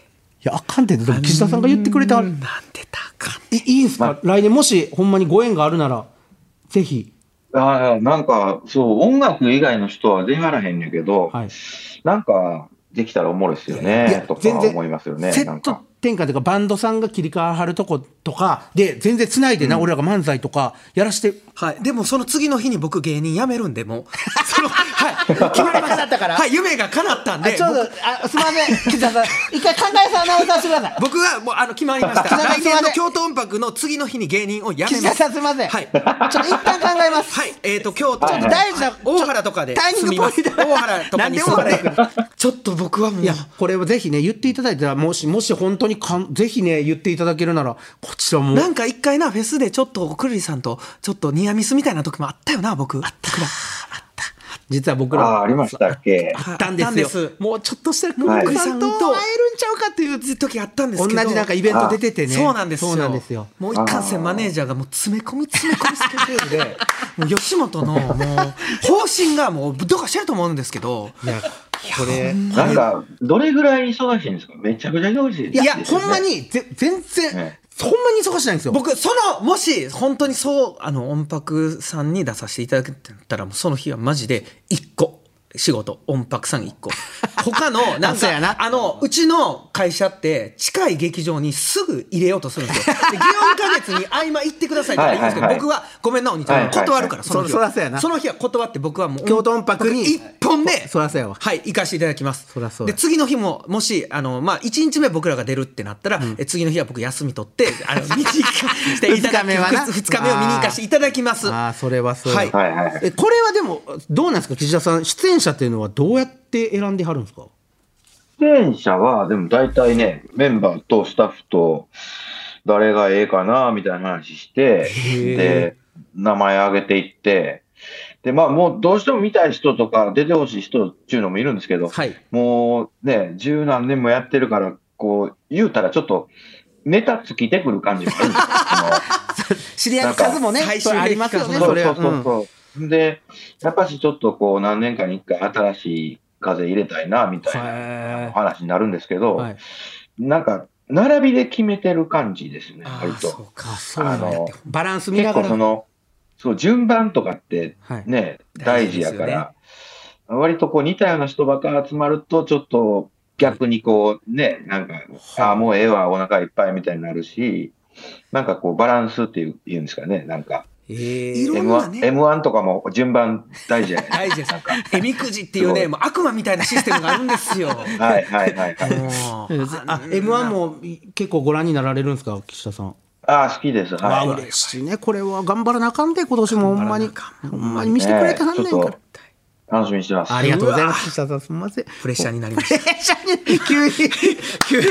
Speaker 3: やあかんってでも岸田さんが言ってくれては
Speaker 2: う
Speaker 3: る
Speaker 2: んなんでたあかん。
Speaker 3: いいいんすか、来年もしほんまにご縁があるならぜひ
Speaker 6: ああ、なんか、そう、音楽以外の人は出はらへんねんけど、
Speaker 3: はい
Speaker 6: なんか、できたらおもろいっすよ
Speaker 3: い
Speaker 6: ね
Speaker 3: や、
Speaker 6: とか
Speaker 3: 全然
Speaker 6: 思いますよね。
Speaker 3: セ
Speaker 6: なん
Speaker 3: ット
Speaker 6: か。
Speaker 3: 転換というかバンドさんが切り替わるとことかで全然つないでな、俺らが漫才とかやらして
Speaker 2: はい。でもその次の日に僕芸人辞めるんで、 (laughs) もう。その、はい。決まりましたから。はい、夢が叶ったんで。
Speaker 3: ちょうどあすみません岸田さん一回考えさん直させてください
Speaker 2: 僕はもうあの決まりました。
Speaker 3: 北川さ
Speaker 2: 来
Speaker 3: ん
Speaker 2: 年の
Speaker 3: ね
Speaker 2: 京都音楽の次の日に芸人を辞めます。
Speaker 3: 岸田さんすみません、
Speaker 2: はい
Speaker 3: ちょっと一旦考えます
Speaker 2: はい、えっ、と京都
Speaker 6: ちょっと
Speaker 3: 大事な
Speaker 2: 大原とかで
Speaker 3: タイミング
Speaker 2: 住みます
Speaker 3: ポイント
Speaker 2: 大原とかに住ん
Speaker 3: なんで大
Speaker 2: ちょっと僕はもう
Speaker 3: いやこれをぜひね言っていただいたらもしもし本当にかんぜひね言っていただけるならこちらも
Speaker 2: なんか一回なフェスでちょっとくるりさんとちょっとニアミスみたいな時もあったよな僕あった
Speaker 3: 実は僕
Speaker 6: ああ、
Speaker 3: ら
Speaker 6: ありましたっけ。
Speaker 3: あったんですよ
Speaker 2: あったんです
Speaker 3: もうちょっとしたら
Speaker 6: はい
Speaker 3: くるりさんと会えるんちゃうかっていう
Speaker 2: 時あったんです
Speaker 3: 同
Speaker 2: け
Speaker 3: じ
Speaker 2: ど
Speaker 3: なんかイベント出ててね
Speaker 2: そうなんですよ
Speaker 3: そうなんですよ
Speaker 2: もう一貫性マネージャーがもう詰め込み詰め込みスケジュール (laughs) でもう吉本のも (laughs) う方針がもうどうかしてると思うんですけど
Speaker 3: いやこれ
Speaker 6: なんか、どれぐらい忙しいんですかめちゃくちゃ忙しい、
Speaker 3: いや、ほんま。に、ぜ全然、
Speaker 6: え
Speaker 3: ほんまに忙しないんですよ。
Speaker 2: 僕そのもし本当にそうあの音拍さんに出させていただくってなったらもうその日はマジで1個仕事音拍さん1個他のなん
Speaker 3: そう
Speaker 2: か
Speaker 3: やな
Speaker 2: あのうちの会社って近い劇場にすぐ入れようとするんですよで祇園花月に合間行ってくださいとか言うんですけど
Speaker 6: はいはいはい
Speaker 2: 僕はごめんなお兄ちゃん、
Speaker 6: はいはいはい
Speaker 2: 断るからその日
Speaker 3: そ
Speaker 2: は
Speaker 3: そらそうやな
Speaker 2: その日は断って僕はもう
Speaker 3: 京都音楽に
Speaker 2: 一本で
Speaker 3: そらそうやわ
Speaker 2: はい行かせていただきます
Speaker 3: そらそうや
Speaker 2: で次の日ももしあの、まあ、1日目僕らが出るってなったら、え次の日は僕休み取ってあの見に行かしていた
Speaker 3: 二
Speaker 2: だき
Speaker 3: 日目はな
Speaker 2: 2日目を見に行かせていただきます
Speaker 3: ああ、それはそう。
Speaker 2: はい
Speaker 6: はいはい。
Speaker 3: え、これはでも、どうなんですか、岸田さん、出演者っていうのはどうやって選んではるんですか。
Speaker 6: 出演者は、でも大体ね、メンバーとスタッフと、誰がええかな、みたいな話して、で、名前挙げていって、で、まあもうどうしても見たい人とか、出てほしい人っていうのもいるんですけど、
Speaker 2: はい
Speaker 6: もうね、十何年もやってるから、こう、言うたらちょっと、ネタつきてくる感じもあるんですよ
Speaker 3: 知り合いの数もね、
Speaker 2: 最終的
Speaker 3: それありますよ
Speaker 4: (laughs)
Speaker 3: ね。
Speaker 6: その
Speaker 3: それ
Speaker 6: そう
Speaker 3: は。
Speaker 6: そうそうそう。で、やっぱしちょっとこう、何年かに一回新しい風入れたいな、みたいなお
Speaker 3: は
Speaker 6: 話になるんですけど、
Speaker 3: い。はい。
Speaker 6: なんか、並びで決めてる感じですね、
Speaker 2: あ
Speaker 6: 割
Speaker 2: ーそ
Speaker 6: と。
Speaker 2: うか
Speaker 3: そうなんや
Speaker 6: あの
Speaker 3: バランス見な
Speaker 6: 結
Speaker 3: が
Speaker 6: 構そ
Speaker 3: ら。
Speaker 6: の、そう、順番とかって
Speaker 3: はい
Speaker 6: ね、大事やから、割とこう似たような人ばっか集まると、ちょっと逆にこうね、なんか、ああ、もうええわ、お腹いっぱいみたいになるし、なんかこうバランスっていう、言うんですかね、なんか、
Speaker 7: え
Speaker 2: い
Speaker 7: え
Speaker 2: ろんな
Speaker 6: M1,
Speaker 2: ね
Speaker 6: M1 とかも順番大事じゃ
Speaker 3: (laughs)
Speaker 6: ない
Speaker 2: 大事ですえみくじっていうね
Speaker 6: すごい
Speaker 2: もう悪魔みたいなシステムがあるんですよもう
Speaker 6: はいはいはいはい。
Speaker 2: あ
Speaker 3: あ M1 も結構ご覧になられるんですか岸田さん
Speaker 6: ああ、好きです。
Speaker 3: あ
Speaker 6: は
Speaker 3: 嬉しいねこれは頑張らなあかんで今年もほんまにほんまに見せてくれてはんねん
Speaker 6: ね
Speaker 3: か
Speaker 6: ちょっ
Speaker 3: ら
Speaker 6: とい。楽しみにしてます。
Speaker 3: ありがとうございます岸田さんすみません
Speaker 2: プレッシャーになりました
Speaker 3: プレッシャーに急に急に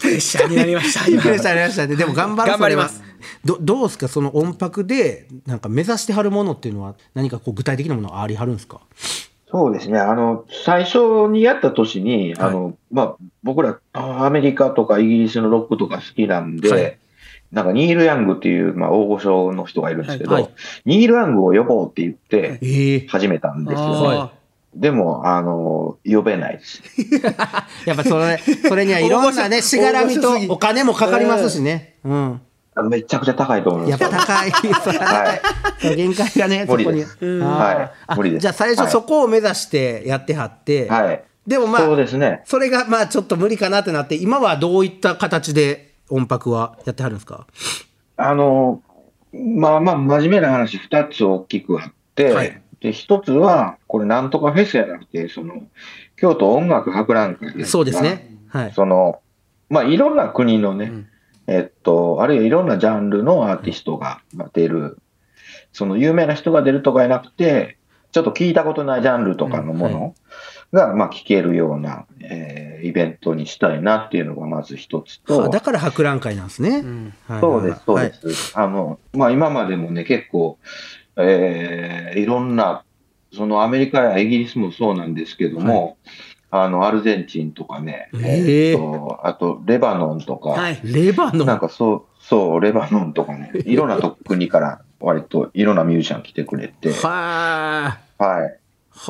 Speaker 2: プレッシャーになりました
Speaker 3: プレッシャーありましたねでも頑張る
Speaker 2: 頑張ります
Speaker 3: それはどどうですかその音拍でなんか目指してはるものっていうのは何かこう具体的なものはありはるんですか
Speaker 6: そうですね。あの、最初にやった年に、あの、まあ、僕ら、あアメリカとかイギリスのロックとか好きなんで、
Speaker 2: はい
Speaker 6: なんかニール・ヤングっていう、まあ、大御所の人がいるんですけど、
Speaker 3: はいはい
Speaker 6: ニール・ヤングを呼ぼうって言って
Speaker 3: ええ
Speaker 6: 始めたんですよね。
Speaker 2: あ
Speaker 6: でも、あの、呼べないです。
Speaker 3: やっぱそれそれにはいろん
Speaker 6: (laughs)
Speaker 3: なねしがらみとお金もかかりますしねうん
Speaker 6: あめちゃくちゃ高いと思い
Speaker 3: や
Speaker 6: ま
Speaker 3: っ
Speaker 6: す
Speaker 3: ぱ。高い (laughs) そう限界がねそこ
Speaker 6: 無理
Speaker 3: に
Speaker 6: ですうん
Speaker 3: あー
Speaker 6: はい無理
Speaker 3: あ
Speaker 6: です
Speaker 3: じゃあ最初そこを目指してやってはって
Speaker 6: はい。
Speaker 3: でもまあ
Speaker 6: そうですね。
Speaker 3: それがまあちょっと無理かなってなって今はどういった形で音拍はやってはるんですか
Speaker 6: あの、まあまあ、真面目な話、二つ大きくあって、
Speaker 3: はい
Speaker 6: で、一つは、これ、なんとかフェスやなくて、その、京都音楽博覧会です
Speaker 3: そうですねはい
Speaker 6: その、まあ、いろんな国のね、えっと、あるいはいろんなジャンルのアーティストがまあ出る、その有名な人が出るとかじゃなくて、ちょっと聞いたことないジャンルとかのものが、まあ、聞けるような、えーイベントにしたいなっていうのがまず一つと、
Speaker 3: あだから博覧会なんですね。はい
Speaker 6: そうです、そう
Speaker 3: は
Speaker 6: で
Speaker 3: い
Speaker 6: す。あの、まあ、今までもね、結構、えーいろんな、そのアメリカやイギリスもそうなんですけども、あの、アルゼンチンとかね、
Speaker 3: えー
Speaker 6: っとあと、レバノンとか、
Speaker 2: はい
Speaker 3: レバノ
Speaker 6: なん
Speaker 3: ン。
Speaker 6: かそう、そう、レバノンとか
Speaker 3: (laughs)
Speaker 6: ね、いろんなと国から、割といろんなミュージシャン来てくれて、は。
Speaker 3: はい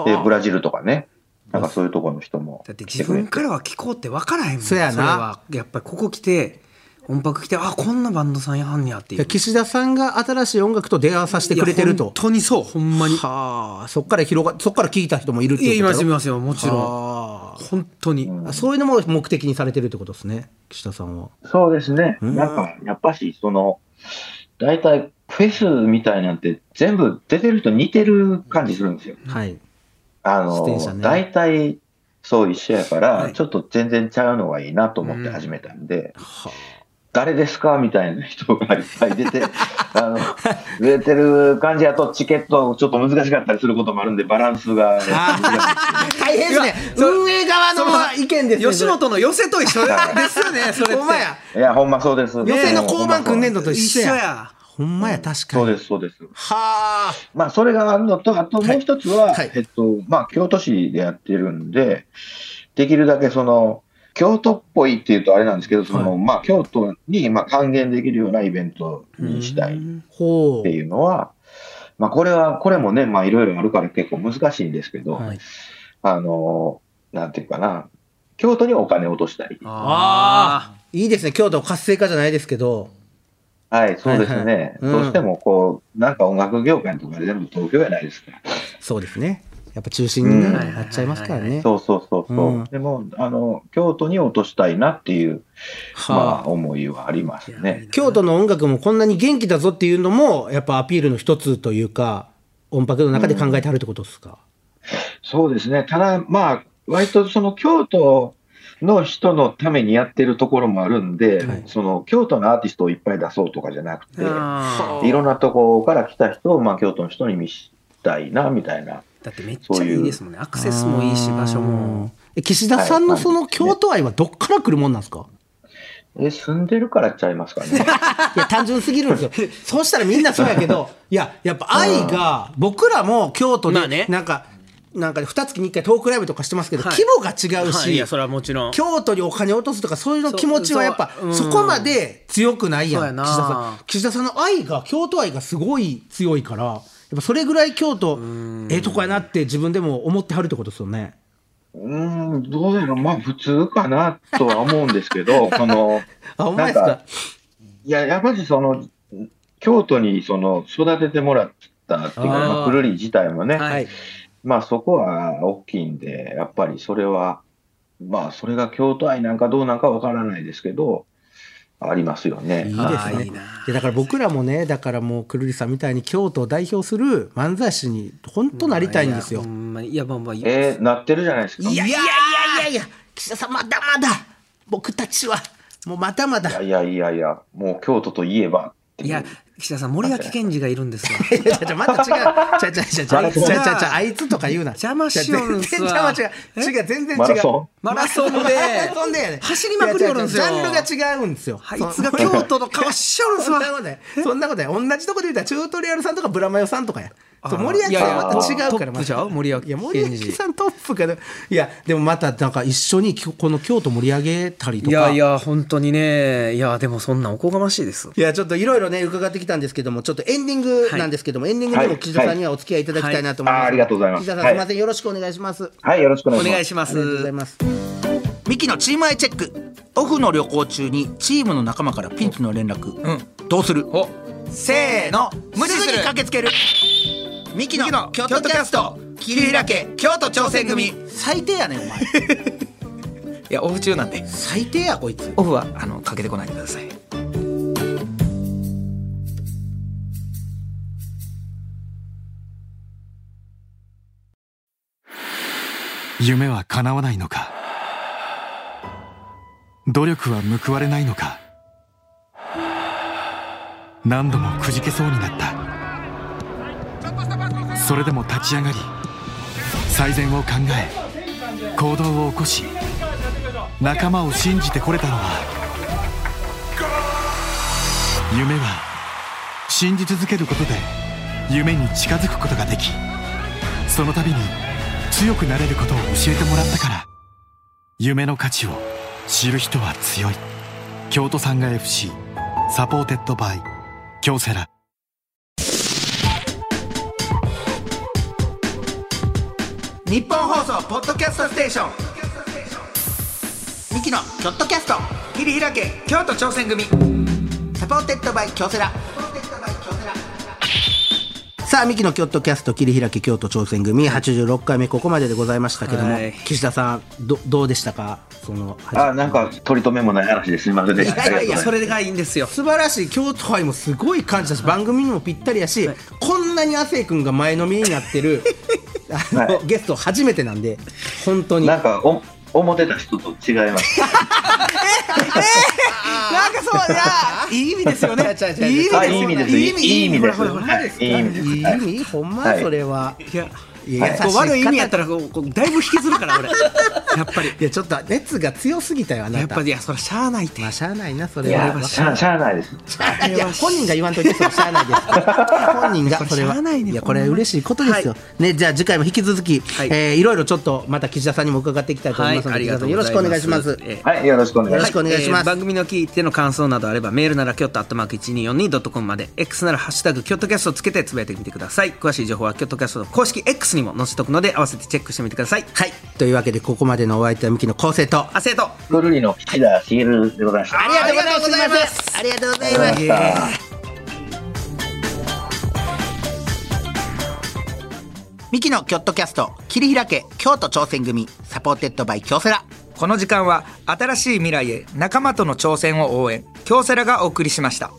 Speaker 6: で、ブラジルとかね、なんかそういうところの人も
Speaker 2: だって
Speaker 6: 来
Speaker 2: 自
Speaker 6: てくれ
Speaker 2: 分
Speaker 6: て。
Speaker 2: からは聞こうって分からへんもん
Speaker 3: そうやな
Speaker 2: れはやっぱりここ来て音楽来てあこんなバンドさんやはんねやってい
Speaker 3: あ。
Speaker 2: う
Speaker 3: 岸田さんが新しい音楽と出会わさせてくれてる
Speaker 2: いや
Speaker 3: と
Speaker 2: 本。当にそうほんまにい
Speaker 3: はあ、そっから広が、そっから聞いた人もいるってい
Speaker 2: やいう
Speaker 3: こ
Speaker 2: ま
Speaker 3: と
Speaker 2: すい
Speaker 3: だろ
Speaker 2: ますよもちろ
Speaker 3: は
Speaker 2: ん本当に
Speaker 3: あそういうのも目的にされてるってことですね、岸田さんは。
Speaker 6: そうですね。なんか、やっぱし、その、大体、フェスみたいなんて、全部出てる人似てる感じするんですよ。
Speaker 3: はい。
Speaker 6: あ
Speaker 3: 自転車
Speaker 6: の、
Speaker 3: ね
Speaker 6: 大体、そう一緒やから、
Speaker 2: はい
Speaker 6: ちょっと全然ちゃうのがいいなと思って始めたんで、誰ですかみたいな人がいっぱい出
Speaker 3: (laughs)
Speaker 6: て、あの、出てる感じやとチケットちょっと難しかったりすることもあるんで、バランス
Speaker 3: (laughs)
Speaker 6: が、
Speaker 3: 大変ですね。運営側の意見ですね。
Speaker 2: 吉本の寄せと一緒ですよねそれって
Speaker 3: ほんまや。
Speaker 6: いや、ほんまそうです。
Speaker 3: 予選の交番組んでんのと一緒
Speaker 2: 一緒
Speaker 3: や。
Speaker 2: や
Speaker 3: ほんまや、確か
Speaker 6: そう
Speaker 3: に。
Speaker 6: です、そうです。
Speaker 3: はあ。
Speaker 6: まあ、それがあるのと、あともう一つは、
Speaker 3: はい
Speaker 6: えっと、まあ、京都市でやってるんで、できるだけその、京都っぽいっていうとあれなんですけど、その、まあ、京都に、まあ、還元できるようなイベントにしたいっ
Speaker 3: ほ
Speaker 6: ていうのは、まあ、これは、これもね、まあ、いろいろあるから結構難しいんですけど、
Speaker 3: う。はい。
Speaker 6: あの、なんていうかな、京都にお金を落としたい。
Speaker 2: あ
Speaker 3: いいですね、京都活性化じゃないですけど。
Speaker 6: はい、そうです
Speaker 3: はいは
Speaker 6: ね
Speaker 3: い。うん
Speaker 6: どうしてもこう、なんか音楽業界とか全部東京やないですか。
Speaker 3: そうですね。やっぱ中心にね
Speaker 6: うん
Speaker 3: なっちゃいますからね。
Speaker 6: そうそうそうそう。
Speaker 3: うん
Speaker 6: でも、あの、京都に落としたいなっていう、
Speaker 3: はあ
Speaker 6: まあ、思いはありますね。
Speaker 3: 京都の音楽もこんなに元気だぞっていうのも、やっぱアピールの一つというか、音楽の中で考えてあるってことですか。
Speaker 6: そうですね。ただ、まあ、割とその京都の人のためにやってるところもあるんで、
Speaker 3: はい
Speaker 6: その京都のアーティストをいっぱい出そうとかじゃなくて、
Speaker 2: あ
Speaker 6: いろんなところから来た人を、まあ、京都の人に見したいな、みたいな。
Speaker 2: だってめっちゃいいですもんねアクセスもいいし場所も
Speaker 3: え岸田さんのその京都愛はどっから来るもんなんですか
Speaker 6: え、住んでるからちゃいますかね。
Speaker 3: いや単純すぎるんですよそうしたらみんなそうやけどいややっぱ愛が僕らも京都
Speaker 2: まあ
Speaker 3: で
Speaker 2: ね
Speaker 3: なんかなんか二月に一回トークライブとかしてますけど、
Speaker 2: はい
Speaker 3: 規模が違うし、
Speaker 2: はいいやそれはもちろん
Speaker 3: 京都にお金落とすとかそういうの気持ちはやっぱ
Speaker 2: そうそう
Speaker 3: そこまで強くないや
Speaker 2: そうや
Speaker 3: ん
Speaker 2: な
Speaker 3: 岸田さん岸田さんの愛が京都愛がすごい強いからやっぱそれぐらい京都ええとこやなって自分でも思ってはるってことですよね
Speaker 6: うーん、どうやろう、まあ普通かなとは思うんですけど、その、
Speaker 3: あほんまですか
Speaker 6: なんいや、やっぱりその、京都にその育ててもらったってい
Speaker 2: あ
Speaker 6: うか、
Speaker 2: ー
Speaker 6: まあ、くるり自体もね、
Speaker 2: はい
Speaker 6: まあそこは大きいんで、やっぱりそれは、まあそれが京都愛なんかどうなんかわからないですけど、ありますよね。
Speaker 3: いい
Speaker 8: あ
Speaker 3: です
Speaker 8: ー
Speaker 3: ね
Speaker 8: いいな
Speaker 3: でだから僕らもねだからもうくるりさんみたいに京都を代表する漫才師に本当なりたいんですよ
Speaker 2: ほ、んまにいやまあまあ、
Speaker 6: えー、なってるじゃないですか。いや
Speaker 3: いやいやいやいや岸田さんまだまだ僕たちはもうまだまだ
Speaker 6: いやいやいや、もう京都といえばっていう。
Speaker 2: いや岸田さん森脇健児がいるんですわ
Speaker 3: いやじゃまた違う。ちゃちゃちゃちゃちゃちゃちゃちゃあいつとか言うな。
Speaker 2: 邪魔しよるんすわ
Speaker 3: じゃあ全然違う。違う全然違う。
Speaker 6: マラソン
Speaker 2: マラソンで
Speaker 3: マラソンでやね。
Speaker 2: 走りまくりよるんすよ
Speaker 3: 違う違うジャンルが違うんですよ。
Speaker 2: あいつが京都の顔しよるんす
Speaker 3: そん
Speaker 2: わ
Speaker 3: なことない。そんなことない。同じとこで言うたらチュートリアルさんとかブラマヨさんとかや。そう森脇さんはまた違うから
Speaker 2: トップじゃん森脇
Speaker 3: いや森脇さんトップかないやでもまたなんか一緒にきょこの京都盛り上げたりと
Speaker 2: い
Speaker 3: か。
Speaker 2: やいや本当にねいやでもそんなんおこがましいです
Speaker 3: いやちょっといろいろね伺ってきたんですけどもちょっとエンディングなんですけども、エンディングにも岸田さんにはお付き合いいただきたいなと思います、
Speaker 6: はいあーありがとうございます
Speaker 3: 岸田さん
Speaker 6: は
Speaker 3: す
Speaker 6: い
Speaker 3: いませんよろしくお願いします、
Speaker 6: はい、よろしくお願
Speaker 2: お
Speaker 6: いします。
Speaker 2: 願いしま
Speaker 3: ありがとうござい
Speaker 2: す
Speaker 3: ます
Speaker 4: ミキのチームアイチェックオフの旅行中にチームの仲間からピンチの連絡、どうするせーの無視すぐに駆けつけるミキの京都キャスト桐平家京都挑戦組最低やねん
Speaker 8: (laughs)
Speaker 4: お前
Speaker 8: いやオフ中なんで
Speaker 4: 最低やこいつ
Speaker 8: オフはあのかけてこないでください
Speaker 7: 夢は叶わないのか努力は報われないのか何度もくじけそうになったそれでも立ち上がり最善を考え行動を起こし仲間を信じてこれたのは夢は信じ続けることで夢に近づくことができその度に強くなれることを教えてもらったから夢の価値を知る人は強い京都産が FC サポーテッドバイ京セラ
Speaker 4: 日本放送ポッドキャストステーションミキのキョットキャスト桐平家京都挑戦組サポーテッドバイ京セラ
Speaker 3: さあミキの京都キャスト切り開き京都挑戦組86回目ここまででございましたけども、
Speaker 2: はい
Speaker 3: 岸田さんどどうでしたかその
Speaker 6: あ、なんか、取り留めもない話ですいませんでした。
Speaker 3: いやいやいや
Speaker 6: ありがとうござます
Speaker 2: それがいいんですよ
Speaker 3: 素晴らしい京都愛もすごい感じだし番組にもぴったりやし、こんなに亜生君が前のめりになってるあの、
Speaker 6: はい
Speaker 3: ゲスト初めてなんで本当に
Speaker 6: なんかお、思ってた人と違います。
Speaker 3: なんかそういやいい意味ですよ (laughs) ね。い
Speaker 6: あいい意味です
Speaker 3: いい意味
Speaker 6: いい意味です
Speaker 3: ほらほらほんまですか
Speaker 6: はいいい意味です
Speaker 3: いい意味ほんま
Speaker 6: はい
Speaker 3: それは。いやいや
Speaker 2: こう悪い意味やった
Speaker 3: ら。
Speaker 2: らこうこうだいぶ引きずるか
Speaker 3: (laughs)
Speaker 2: ら俺やっぱり
Speaker 3: いやちょっと熱が強すぎたよあなた。
Speaker 2: やっぱりいやそれしゃあないって
Speaker 3: まあしゃあないなそ
Speaker 6: い
Speaker 3: れは。
Speaker 6: や
Speaker 3: わ、
Speaker 6: しゃあしゃあないです。
Speaker 3: かるいや本人が言わんといてそれしゃあないです。本人がそれは。
Speaker 2: しゃあないね
Speaker 3: いやこれは嬉しいことですよ。ねじゃあ次回も引き続き
Speaker 2: い
Speaker 3: えーいろいろちょっとまた岸田さんにも伺っていきたいと思いますので岸田さんよろしくお願いします。
Speaker 2: えー
Speaker 6: はい、よろしくお願いし
Speaker 3: よ
Speaker 6: ま
Speaker 3: ろ
Speaker 6: す
Speaker 3: し。くお願いします
Speaker 2: えー番組の聞いての感想などあればメールなら京都アットマーク 1242.com まで X なら「ハッシュタグ京都キャスト」つけてつぶやいてみてください詳しい情報は京都キャストの公式 X にも載せておくので合わせてチェックしてみてください
Speaker 3: はいというわけでここまでのお相手はミキの構成と。
Speaker 2: あ生徒
Speaker 6: くるりの岸田茂でございました。
Speaker 3: ありがとうございます。ありがとうございます。
Speaker 6: りがとうございました。
Speaker 4: ミキのキョットキャスト桐平家京都挑戦組サポーテッドバイ京セラ
Speaker 8: この時間は新しい未来へ仲間との挑戦を応援京セラがお送りしました